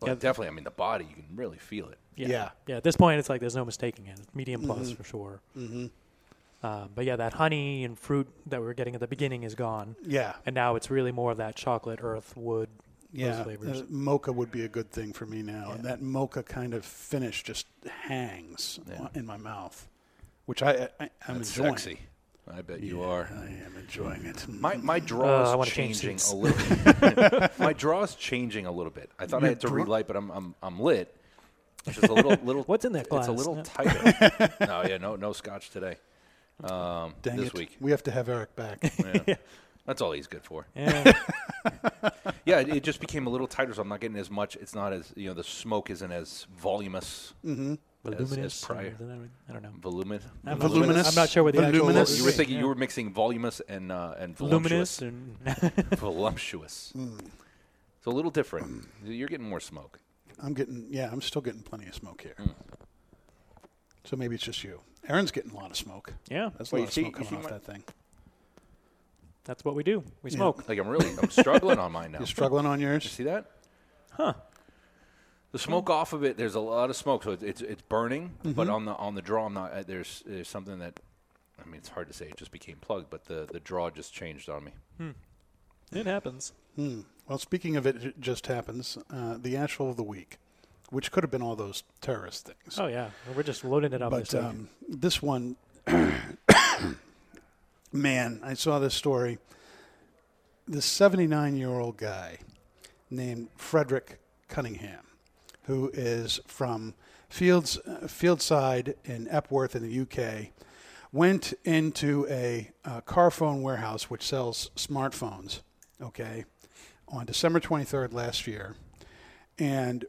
But Yeah. definitely, I mean, the body you can really feel it. yeah, yeah. At this point, it's like there's no mistaking it. Medium plus Mhm. for sure. Mhm. Um, but yeah, that honey and fruit that we were getting at the beginning is gone. Yeah. and now it's really more of that chocolate, earth, wood, Yeah, those flavors. uh, mocha would be a good thing for me now, and that mocha kind of finish just hangs on- in my mouth, which I, I I'm That's enjoying. sexy. Mm. I bet you are. I am enjoying it. My my draw Uh, I is wanna change changing seats. a little. bit. my draw is changing a little bit. I thought Your I had to draw- relight, but I'm I'm I'm lit. Which is a little little. What's in that It's a glass? little Yeah. tighter. no, yeah, no no scotch today. Um, Dang this it. week. We have to have Eric back. Yeah. That's all he's good for. Yeah. yeah, it, it just became a little tighter, so I'm not getting as much. It's not as you know, the smoke isn't as voluminous. Mhm. as- As, Voluminous, prior. or is it- I don't know. Volumin- I'm not- Voluminous? I'm not sure what the actual Voluminous? word You were is. thinking Yeah. you were mixing voluminous and uh, and Voluminous voluptuous. voluptuous. Mm. It's a little different. You're getting more smoke. I'm getting yeah, I'm still getting plenty of smoke here. Mm. So maybe it's just you. Aaron's getting a lot of smoke. Yeah. that's a Well, lot you of see- smoke you coming see off my- that thing. That's what we do. We Yeah. smoke. Like I'm really, I'm struggling on mine now. You're struggling on yours. You see that? Huh. Hmm. The smoke off of it, there's a lot of smoke, so it's it's, it's burning. But Mm-hmm. Mhm. on the on the draw, I'm not. uh, There's there's something that, I mean, it's hard to say. It just became plugged, but the the draw just changed on me. It happens. Hmm. Well, speaking of it, it just happens. Uh, the actual of the week, which could have been all those terrorist things. Oh yeah, we're just loading it up. but this week. um, this one, man, I saw this story. This 79 year old guy named Frederick Cunningham, who is from Fields, uh, Fieldside in Epworth in the UK, went into a, uh car phone warehouse which sells smartphones, okay, on December 23rd last year and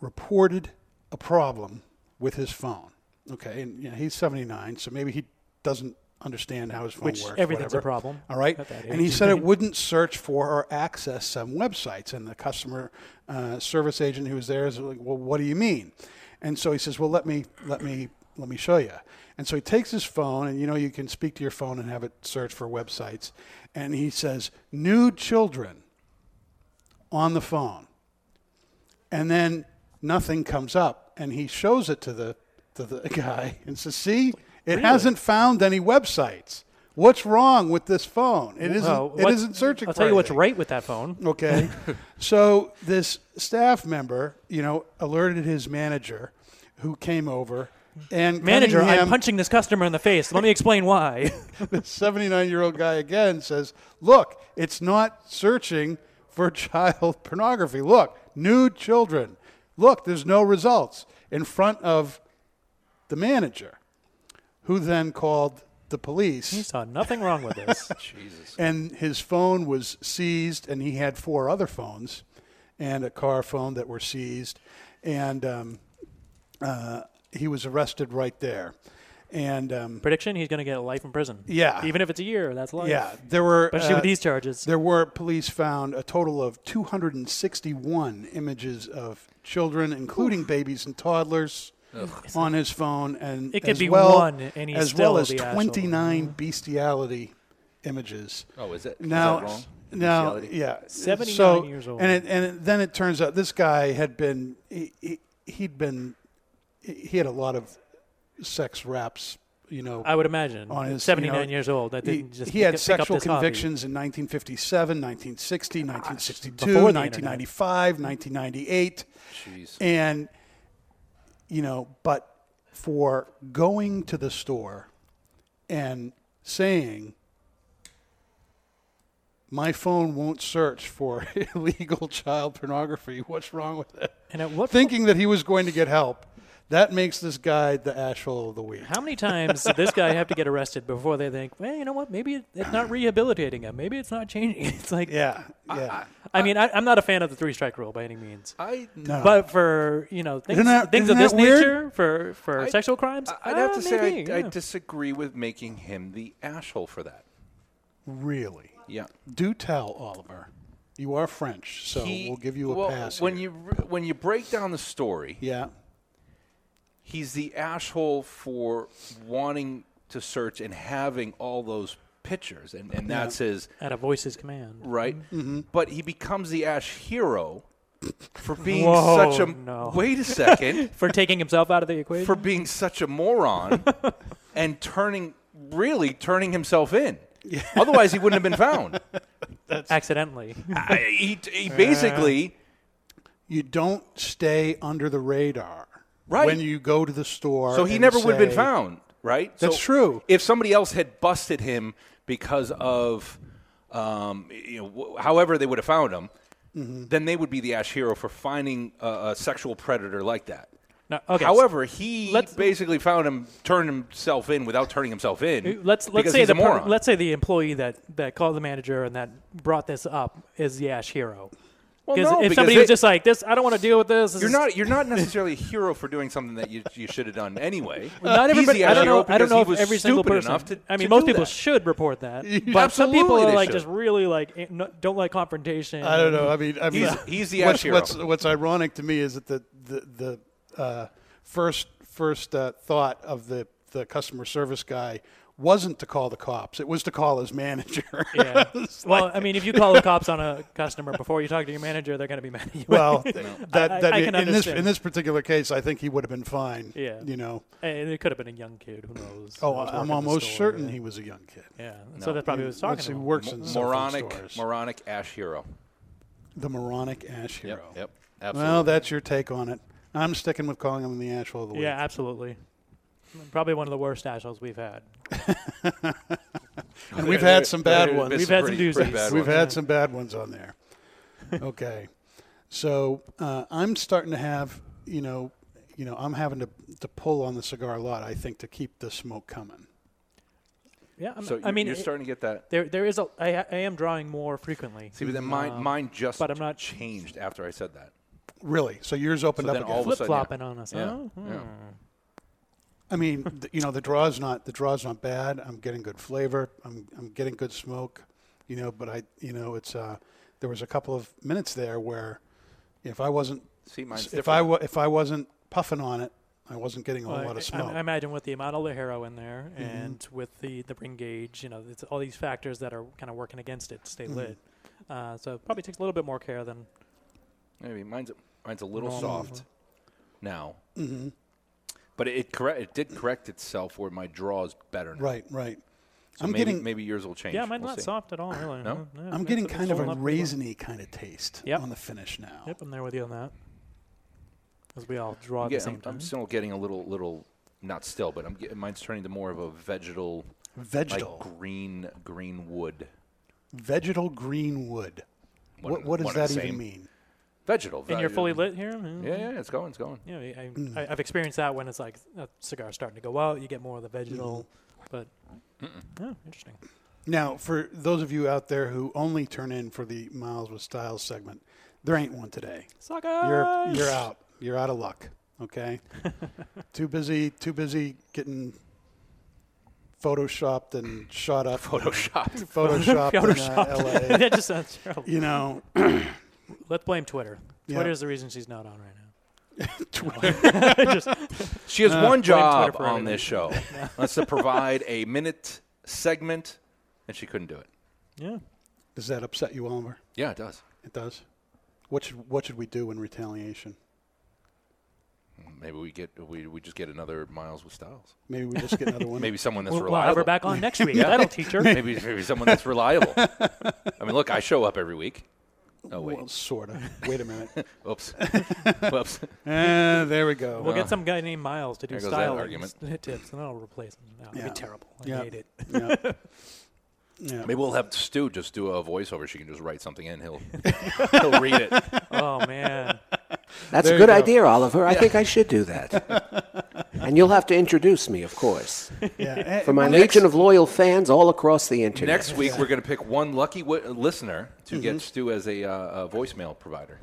reported a problem with his phone. Okay, and you know, he's 79, so maybe he doesn't understand how his phone Which works. everything's a whatever. problem All right, at that and he age. said it wouldn't search for or access some websites, and the customer uh, service agent who was there is like, "Well, what do you mean?" And so he says, "Well, let me let me let me show you." And so he takes his phone, and you know you can speak to your phone and have it search for websites, and he says, "Nude children." on the phone. And then nothing comes up. And he shows it to the, to the guy and says, See, it hasn't found any websites. What's wrong with this phone? It isn't. Well, it what- isn't searching. I'll for tell you what's anything. right with that phone. Okay. so this staff member, you know, alerted his manager, who came over, and Manager, I'm Cunningham- punching this customer in the face. Let me explain why. the 79 year old guy again says, Look, it's not searching for child pornography. Look, nude children. Look, there's no results in front of the manager, who then called the police. He saw nothing wrong with this. Jesus. And his phone was seized, and he had four other phones and a car phone that were seized. And um, uh, he was arrested right there. And um, Prediction: He's going to get life in prison. Yeah. even if it's a year, that's life. Yeah, there were. especially uh, with these charges. There were police found a total of 261 images of children, including babies and toddlers, Ugh. on his phone, and It could as be well, one, and he's as still well as the asshole. 29 bestiality images. Oh, is it? Is now? that wrong? Now, Bestiality? yeah, 79 So- years old. and it, and it- then it turns out this guy had been he, he, he'd been he- he had a lot of sex raps. You know, I would imagine. on his 79 you know, years old, that he- didn't just he pick had up- pick up sexual this hobby. Ah, convictions in 1957, 1960, 1962, before the 1995, 1998, and you know, but for going to the store and saying. My phone won't search for illegal child pornography. What's wrong with it? And at what thinking that he was going to get help, that makes this guy the asshole of the week. How many times did this guy have to get arrested before they think, well, you know what? Maybe it- it's not rehabilitating him. Maybe it's not changing. It's like, yeah, yeah. I mean, I, I'm not a fan of the three strike rule by any means. I No. but for you know things, Isn't that- things isn't of this that weird? nature for for I- sexual crimes. I- I'd have ah, to say I, maybe, I yeah. disagree with making him the asshole for that. Really? Yeah. Do tell, Oliver. You are French, so He- we'll give you a well, pass. When you re- when you break down the story, yeah, he's the asshole for wanting to search and having all those pictures, and, and Yeah. that's his at a voice's command. right? Mm-hmm. But he becomes the Ash hero for being Whoa, such a no. wait a second for taking himself out of the equation for being such a moron and turning really turning himself in. Otherwise, he wouldn't have been found. accidentally. I, he, he basically you don't stay under the radar. Right. When you go to the store. so he and never would have been say- found, right? That's So true. If somebody else had busted him because of um, you know, wh- however they would have found him, Mm-hmm. then they would be the Ash hero for finding a, a sexual predator like that. No, okay, However, he let's- basically found him, turned himself in without turning himself in. Uh, Let's let's because say he's the a per- moron. let's say the employee that that called the manager and that brought this up is the Ash hero. Well, Because no, if because somebody they- was just like this, I don't want to deal with this. this You're is- not. You're not necessarily a hero for doing something that you, you should have done anyway. Not Uh, He's everybody. the I don't hero know. I don't because know he if was every single stupid person. enough to- I mean, to most do people that. should report that, Yeah. but some people Absolutely are they like should. just really like eh, no, don't like confrontation. I don't know. I mean, I mean, He's- he's the what's, Ash hero. What's, what's ironic to me is that the the, the uh, first first uh, thought of the the customer service guy wasn't to call the cops. It was to call his manager. Yeah. well, I mean, if you call the cops on a customer before you talk to your manager, they're going to be mad at you. Well, I- that, that I, I can in this understand. in this particular case, I think he would have been fine. yeah, you know. and it could have been a young kid. Who knows? Oh, that was working I'm the almost store, certain yeah. he was a young kid. Yeah, so that's probably what he was Let's talking see, about. works in cell phone moronic, stores. moronic Ash hero. The moronic ash hero. Yep. Yep. Well, Absolutely. that's your take on it. I'm sticking with calling him the asshole of the Yeah, absolutely. Probably one of the worst assholes we've had. week. And we've had some bad There's ones. been We've had some pretty- pretty doozies. bad We've ones. had some bad ones on there. Okay, so uh, I'm starting to have you know, you know, I'm having to to pull on the cigar a lot. I think to keep the smoke coming. Yeah, I'm, So I you- mean, you're it- starting to get that. There, there is a. I, I am drawing more frequently. See, but then mine, Um, mine just But I'm not changed after I said that. Really? So yours opened So up then again. all of a flip sudden, flopping yeah. on us. Yeah, huh? yeah. Hmm. I mean, th- you know, the draw's not the draw's not bad. I'm getting good flavor. I'm I'm getting good smoke. You know, but I you know it's uh there was a couple of minutes there where if I wasn't See, mine's if I different. wa- if I wasn't puffing on it, I wasn't getting a whole Well, lot I- of smoke. Mm-hmm. I, I imagine with the amount of the hero in there and with the the ring gauge, you know, it's all these factors that are kind of working against it to Mm-hmm. stay lit. Uh, so it probably takes a little bit more care than Maybe mine's mine's a little Normal. Mm-hmm. soft now. But it correct it did correct itself where my draw is better now. right, right. So I'm maybe, getting- maybe yours will change. Yeah, mine's We'll not see. soft at all, really. No? Yeah, I'm it's- getting it's kind of a holding up pretty well. raisiny kind of taste Yep. on the finish now. Yep, I'm there with you on that. As we all draw at Yeah, the same I'm, time. I'm still getting a little, little, not still, but I'm get, mine's turning to more of a vegetal, Vegetal. like green, green wood. Vegetal green wood. One What, and- what does one and that the even same. mean? Vegetal. and you're veg- fully lit here. Yeah, yeah, it's going, it's going. Yeah, I, Mm-hmm. Mm. I, I've experienced that when it's like a cigar starting to go out, you get more of the vegetal. Mm-hmm. But yeah, interesting. Now, for those of you out there who only turn in for the Miles with Styles segment, there ain't one today. Suckers! You're you're out. You're out of luck. Okay. too busy. Too busy getting photoshopped and shot up. Photoshopped. Photoshopped. Photoshopped. In, uh, LA. That just sounds terrible. You know. Let's blame Twitter. Yeah. Twitter's the reason she's not on right now. Twitter. just, She has Uh, blame one job Twitter for on everything. this show. No. That's to provide a minute segment, and she couldn't do it. Yeah. Does that upset you, Oliver? Yeah, it does. It does. What should What should we do in retaliation? Maybe we get we, we just get another Miles with Styles. Maybe we just get another one. Maybe someone that's We'll- we'll reliable. have her back on next week. That'll teach her. Maybe maybe someone that's reliable. I mean, look, I show up every week. Oh wait, Well, sort of. Wait a minute. Oops. Whoops. Eh, there we go. We'll get some guy named Miles to do There goes that style argument. tips, and I'll replace him. No, It'd Yeah. be terrible. I Yeah. hate it. Yeah. Yeah. Maybe we'll have Stu just do a voiceover. She can just write something in. He'll he'll read it. oh man, That's There a you good go. idea, Oliver. I think I should do that. and you'll have to introduce me, of course, Yeah. Eh, for my Next- legion of loyal fans all across the internet. Next week we're going to pick one lucky w- listener to Mm-hmm. get Stu as a, uh, a voicemail provider.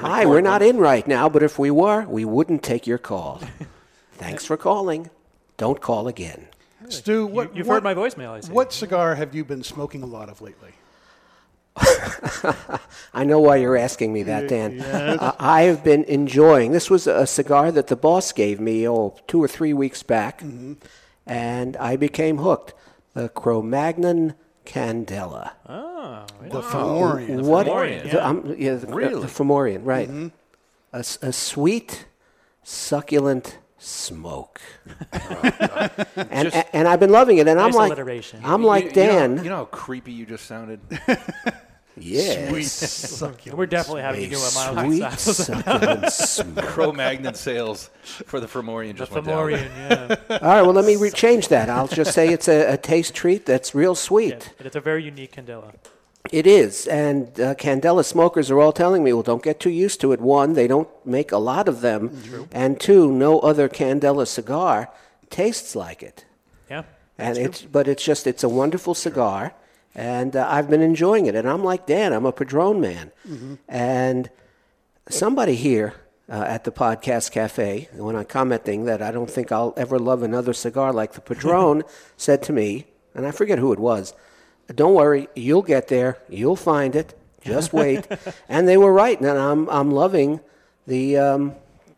Hi, we're not in right now, but if we were, we wouldn't take your call. Thanks for calling. Don't call again. Stu, what, you've what- heard my voicemail, I see. What cigar have you been smoking a lot of lately? I know why you're asking me that, Dan. Uh, I have been enjoying. This was a cigar that the boss gave me oh, two or three weeks back, and I became hooked. The Cro-Magnon Candela. Oh, The Fomorian. What? Fomorian. the- um, yeah, the, Really? the Fomorian, right. A, s- a sweet, succulent smoke. and, Just- and, I've been loving it. And I'm Nice like, alliteration. I'm You- like you know- Dan. You know how creepy you just sounded. yes. succulent. we're definitely having a you do a Miles sweet, succulent smoke. Cro Magnon sales for the Fomorian just went Fomorian, down. yeah. All right, well, let me re- change that. I'll just say it's a, a taste treat that's real sweet. But it's a very unique candela. It is, and uh, Candela smokers are all telling me, well, don't get too used to it. One, they don't make a lot of them, and two, no other Candela cigar tastes like it. Yeah. And it's, but it's just, it's a wonderful cigar, and uh, I've been enjoying it. And I'm like Dan, I'm a Padron man, and somebody here. Uh, at the podcast cafe, when I'm commenting that I don't think I'll ever love another cigar like the Padron, said to me, and I forget who it was, don't worry, you'll get there. You'll find it. Just wait. and they were right. And I'm, I'm loving the um,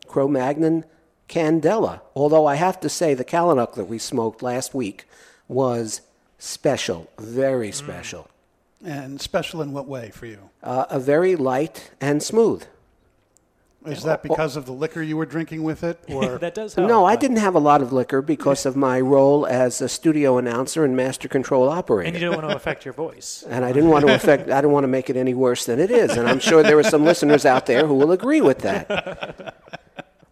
Cro Magnon Candela. Although I have to say, the Kalanuk that we smoked last week was special, very special. And special in what way for you? Uh, a very light and smooth. Is that because of the liquor you were drinking with it, or That does help. no, I but- didn't have a lot of liquor because of my role as a studio announcer and master control operator. And you don't want to affect your voice. and I didn't want to affect. I didn't want to make it any worse than it is, and I'm sure there are some listeners out there who will agree with that.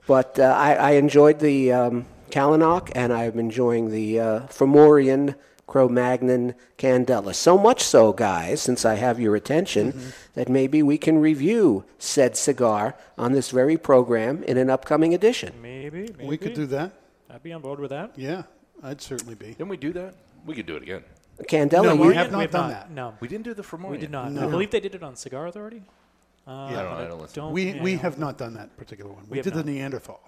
But uh, I, I enjoyed the um, Kalanok, and I'm enjoying the uh, Fomorian Cro-Magnon Candela. So much so, guys, since I have your attention, that maybe we can review said cigar on this very program in an upcoming edition. Maybe, maybe. we could do that? I'd be on board with that. Yeah, I'd certainly be. Didn't we do that? We could do it again. Candela, No, you- we have Fomorian, not we have done not. that. No, We didn't do the Fomorian. we did not. No. I believe they did it on Cigar Authority. Uh, I don't but know. I don't listen. don't- we yeah, we yeah. have not done that particular one. We, have did the not. Neanderthal.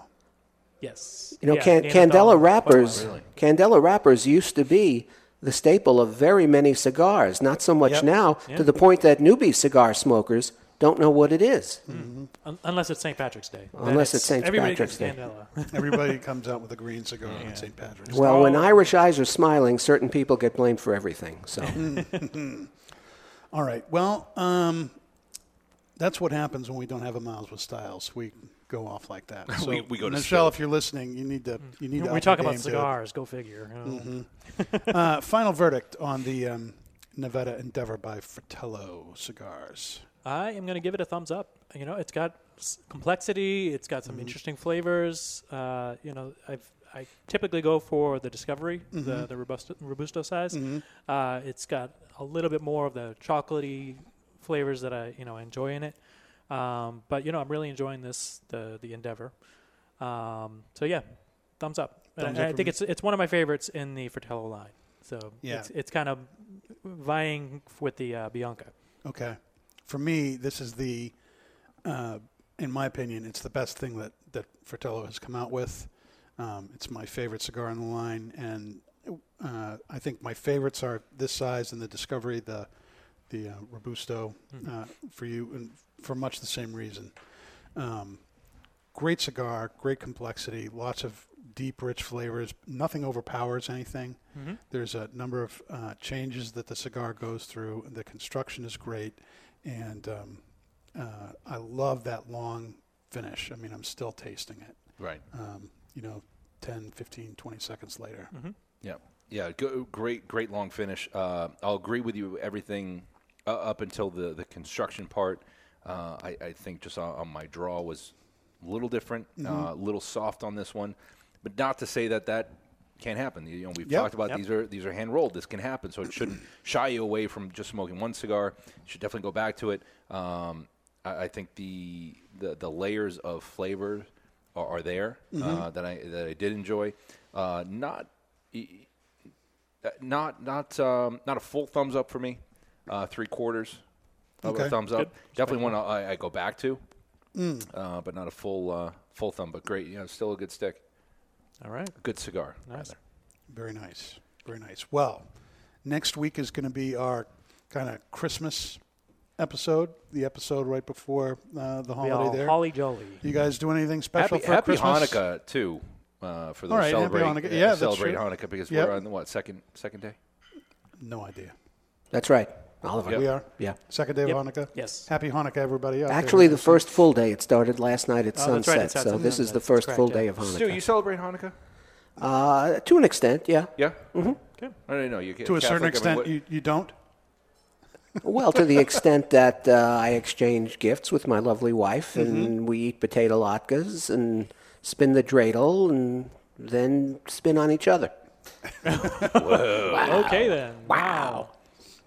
Yes. You know, Yeah, can, Neanderthal Candela and wrappers, Guatemala. Candela wrappers used to be the staple of very many cigars. Not so much Yep. now, Yeah. to the point that newbie cigar smokers don't know what it is. Hmm. Un- unless it's St. Patrick's Day. Then Unless it's St. everybody Patrick's gets Day. Candela. Everybody comes out with a green cigar on St. Patrick's. Well, when Oh. Irish eyes are smiling, certain people get blamed for everything. So All right. Well, um, that's what happens when we don't have a Miles with Styles. We go off like that. We- So we go to Michelle, Sil. if you're listening, you need to you need to we up talk your about game, dude. cigars. Go figure. you Mm-hmm. know. Mhm. uh, final verdict on the um, Nevada Endeavor by Fratello cigars. I am going to give it a thumbs up. You know, it's got s- complexity. It's got Mm-hmm. some interesting flavors. Uh, you know, I've, I typically go for the Discovery, the, Mhm. the Robusto, Robusto size. Mhm. Uh, it's got a little bit more of the chocolatey flavors that I, you know, enjoy in it. Um, but you know, I'm really enjoying this the the Endeavor. Um, so yeah, thumbs up. And Thumbs I, up I for think me. it's it's one of my favorites in the Fratello line. So Yeah. it's it's kind of vying with the uh, Bianca. Okay. For me, this is the, uh, in my opinion, it's the best thing that, that Fratello has come out with. Um, it's my favorite cigar on the line, and uh, I think my favorites are this size and the Discovery, the the uh, Robusto uh, for you, and for much the same reason. Um, great cigar, great complexity, lots of deep, rich flavors. Nothing overpowers anything. Mhm. There's a number of uh, changes that the cigar goes through. The construction is great, and um, uh, I love that long finish. I mean, I'm still tasting it. Right. Um, you know, 10, 15, 20 seconds later. Yeah, yeah, go, great, great long finish. Uh, I'll agree with you everything uh, up until the the construction part. Uh, I, I think just on, on my draw was a little different, uh, a Mhm. little soft on this one, but not to say that that can't happen. You know, we've Yep. talked about Yep. these are these are hand rolled. This can happen, so it shouldn't shy you away from just smoking one cigar. You should definitely go back to it. Um, I, I think the, the the layers of flavor are, are there Mhm. uh, that I that I did enjoy. Uh, not uh, not not um, not a full thumbs up for me. Uh, three quarters of Okay. a thumbs up. Good. Definitely one I, I go back to, Mm. uh, but not a full uh, full thumb. But great, you know, still a good stick. All right, good cigar. Nice. rather. Very nice. Very nice. Well, next week is going to be our kind of Christmas episode, the episode right before uh, the Be holiday all there. holly jolly. You guys doing anything special happy, for happy Christmas? Hanukkah too uh, for All those right, happy celebrating Hanukkah. uh, Yeah, that's celebrate true. Hanukkah because Yep. we're on the what second second day. No idea. That's right. Oliver. We are? Yeah. Second day of Yep. Hanukkah? Yes. Happy Hanukkah, everybody. out there. Actually, the first full day. It started last night at Oh, that's sunset. right, it starts so at this is sunset. the That's first correct, full yeah. day of Stu, Hanukkah. you celebrate Hanukkah? Mm-hmm. Uh, to an extent, yeah. Yeah. hmm I didn't know you. To a certain Catholic, I mean, extent, what- you, you don't? Well, to the extent that uh, I exchange gifts with my lovely wife, and we eat potato latkes and spin the dreidel, and then spin on each other. Whoa. Okay then. Wow.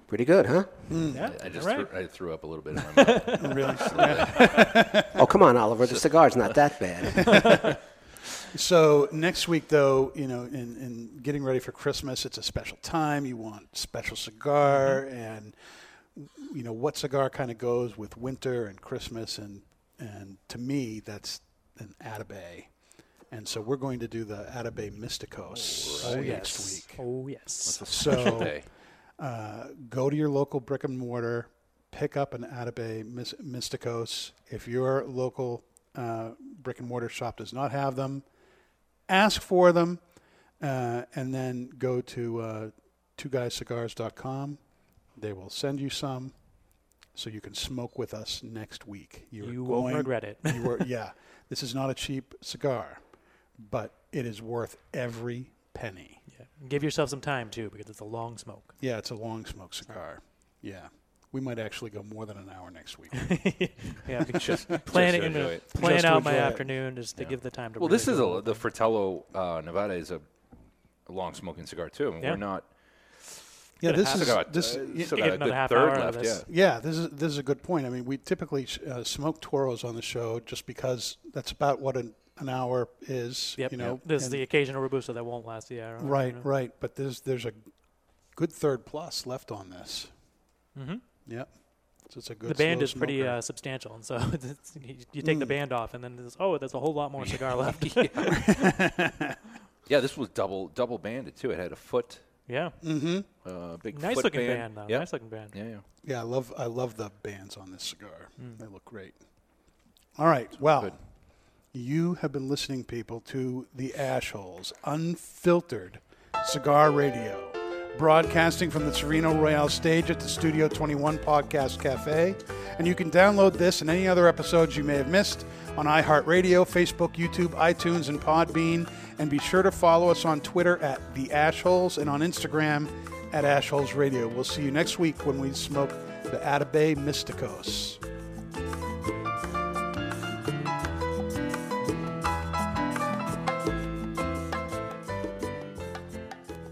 Pretty good, huh? Yeah. I just all threw, right. I threw up a little bit in my mouth. Really? Just a little bit. Oh, come on, Oliver. The cigar's not that bad. So next week, though, you know, in, in getting ready for Christmas, it's a special time. You want special cigar, and you know what cigar kind of goes with winter and Christmas, and and to me, that's an Atabay. And so we're going to do the Atabay Mysticos Oh, next yes. week. Oh, yes. That's a special So day. uh, go to your local brick and mortar, pick up an Atabay Mys- Mysticos. If your local uh, brick and mortar shop does not have them, ask for them, uh, and then go to uh, twoguyscigars.com. They will send you some, so you can smoke with us next week. You're You won't regret it. you are, yeah, this is not a cheap cigar, but it is worth every penny. Give yourself some time too, because it's a long smoke. Yeah, it's a long smoke cigar. Yeah. We might actually go more than an hour next week. Yeah, because plan Just- just it, I'm gonna enjoy it. plan Just to out my enjoy it. afternoon just to give the time to. Well, really this is go. a the Fratello uh, Nevada is a, a long smoking cigar too. I mean, Yeah. We're not. Yeah, this Still is got, this. uh, y- still You got get a another good half hour third out of left. this. Yeah. yeah, this is this is a good point. I mean, we typically sh- uh, smoke toros on the show just because that's about what an, an hour is. Yep. You know, this is and- the occasional robusto that won't last the hour. right, right. But there's there's a good third plus left on this. Mm-hmm. Yep. So it's a good. The band slow is pretty smoker. uh, substantial, and so it's- you you take the Mm. band off, and then there's, oh, there's a whole lot more cigar left. Yeah, this was double double banded too. It had a foot. Yeah. Mhm. Uh, big Nice foot looking band, band, though. Yeah. Nice looking band. Yeah, yeah. Yeah, I love I love the bands on this cigar. Mm. They look great. All right. well, you have been listening, people, to the Ashholes Unfiltered Cigar Radio, broadcasting from the Sereno Royale stage at the Studio 21 Podcast Cafe. And you can download this and any other episodes you may have missed on iHeartRadio, Facebook, YouTube, iTunes, and Podbean. And be sure to follow us on Twitter at The Ashholes and on Instagram at Ashholes Radio. We'll see you next week when we smoke the Atabey Mysticos.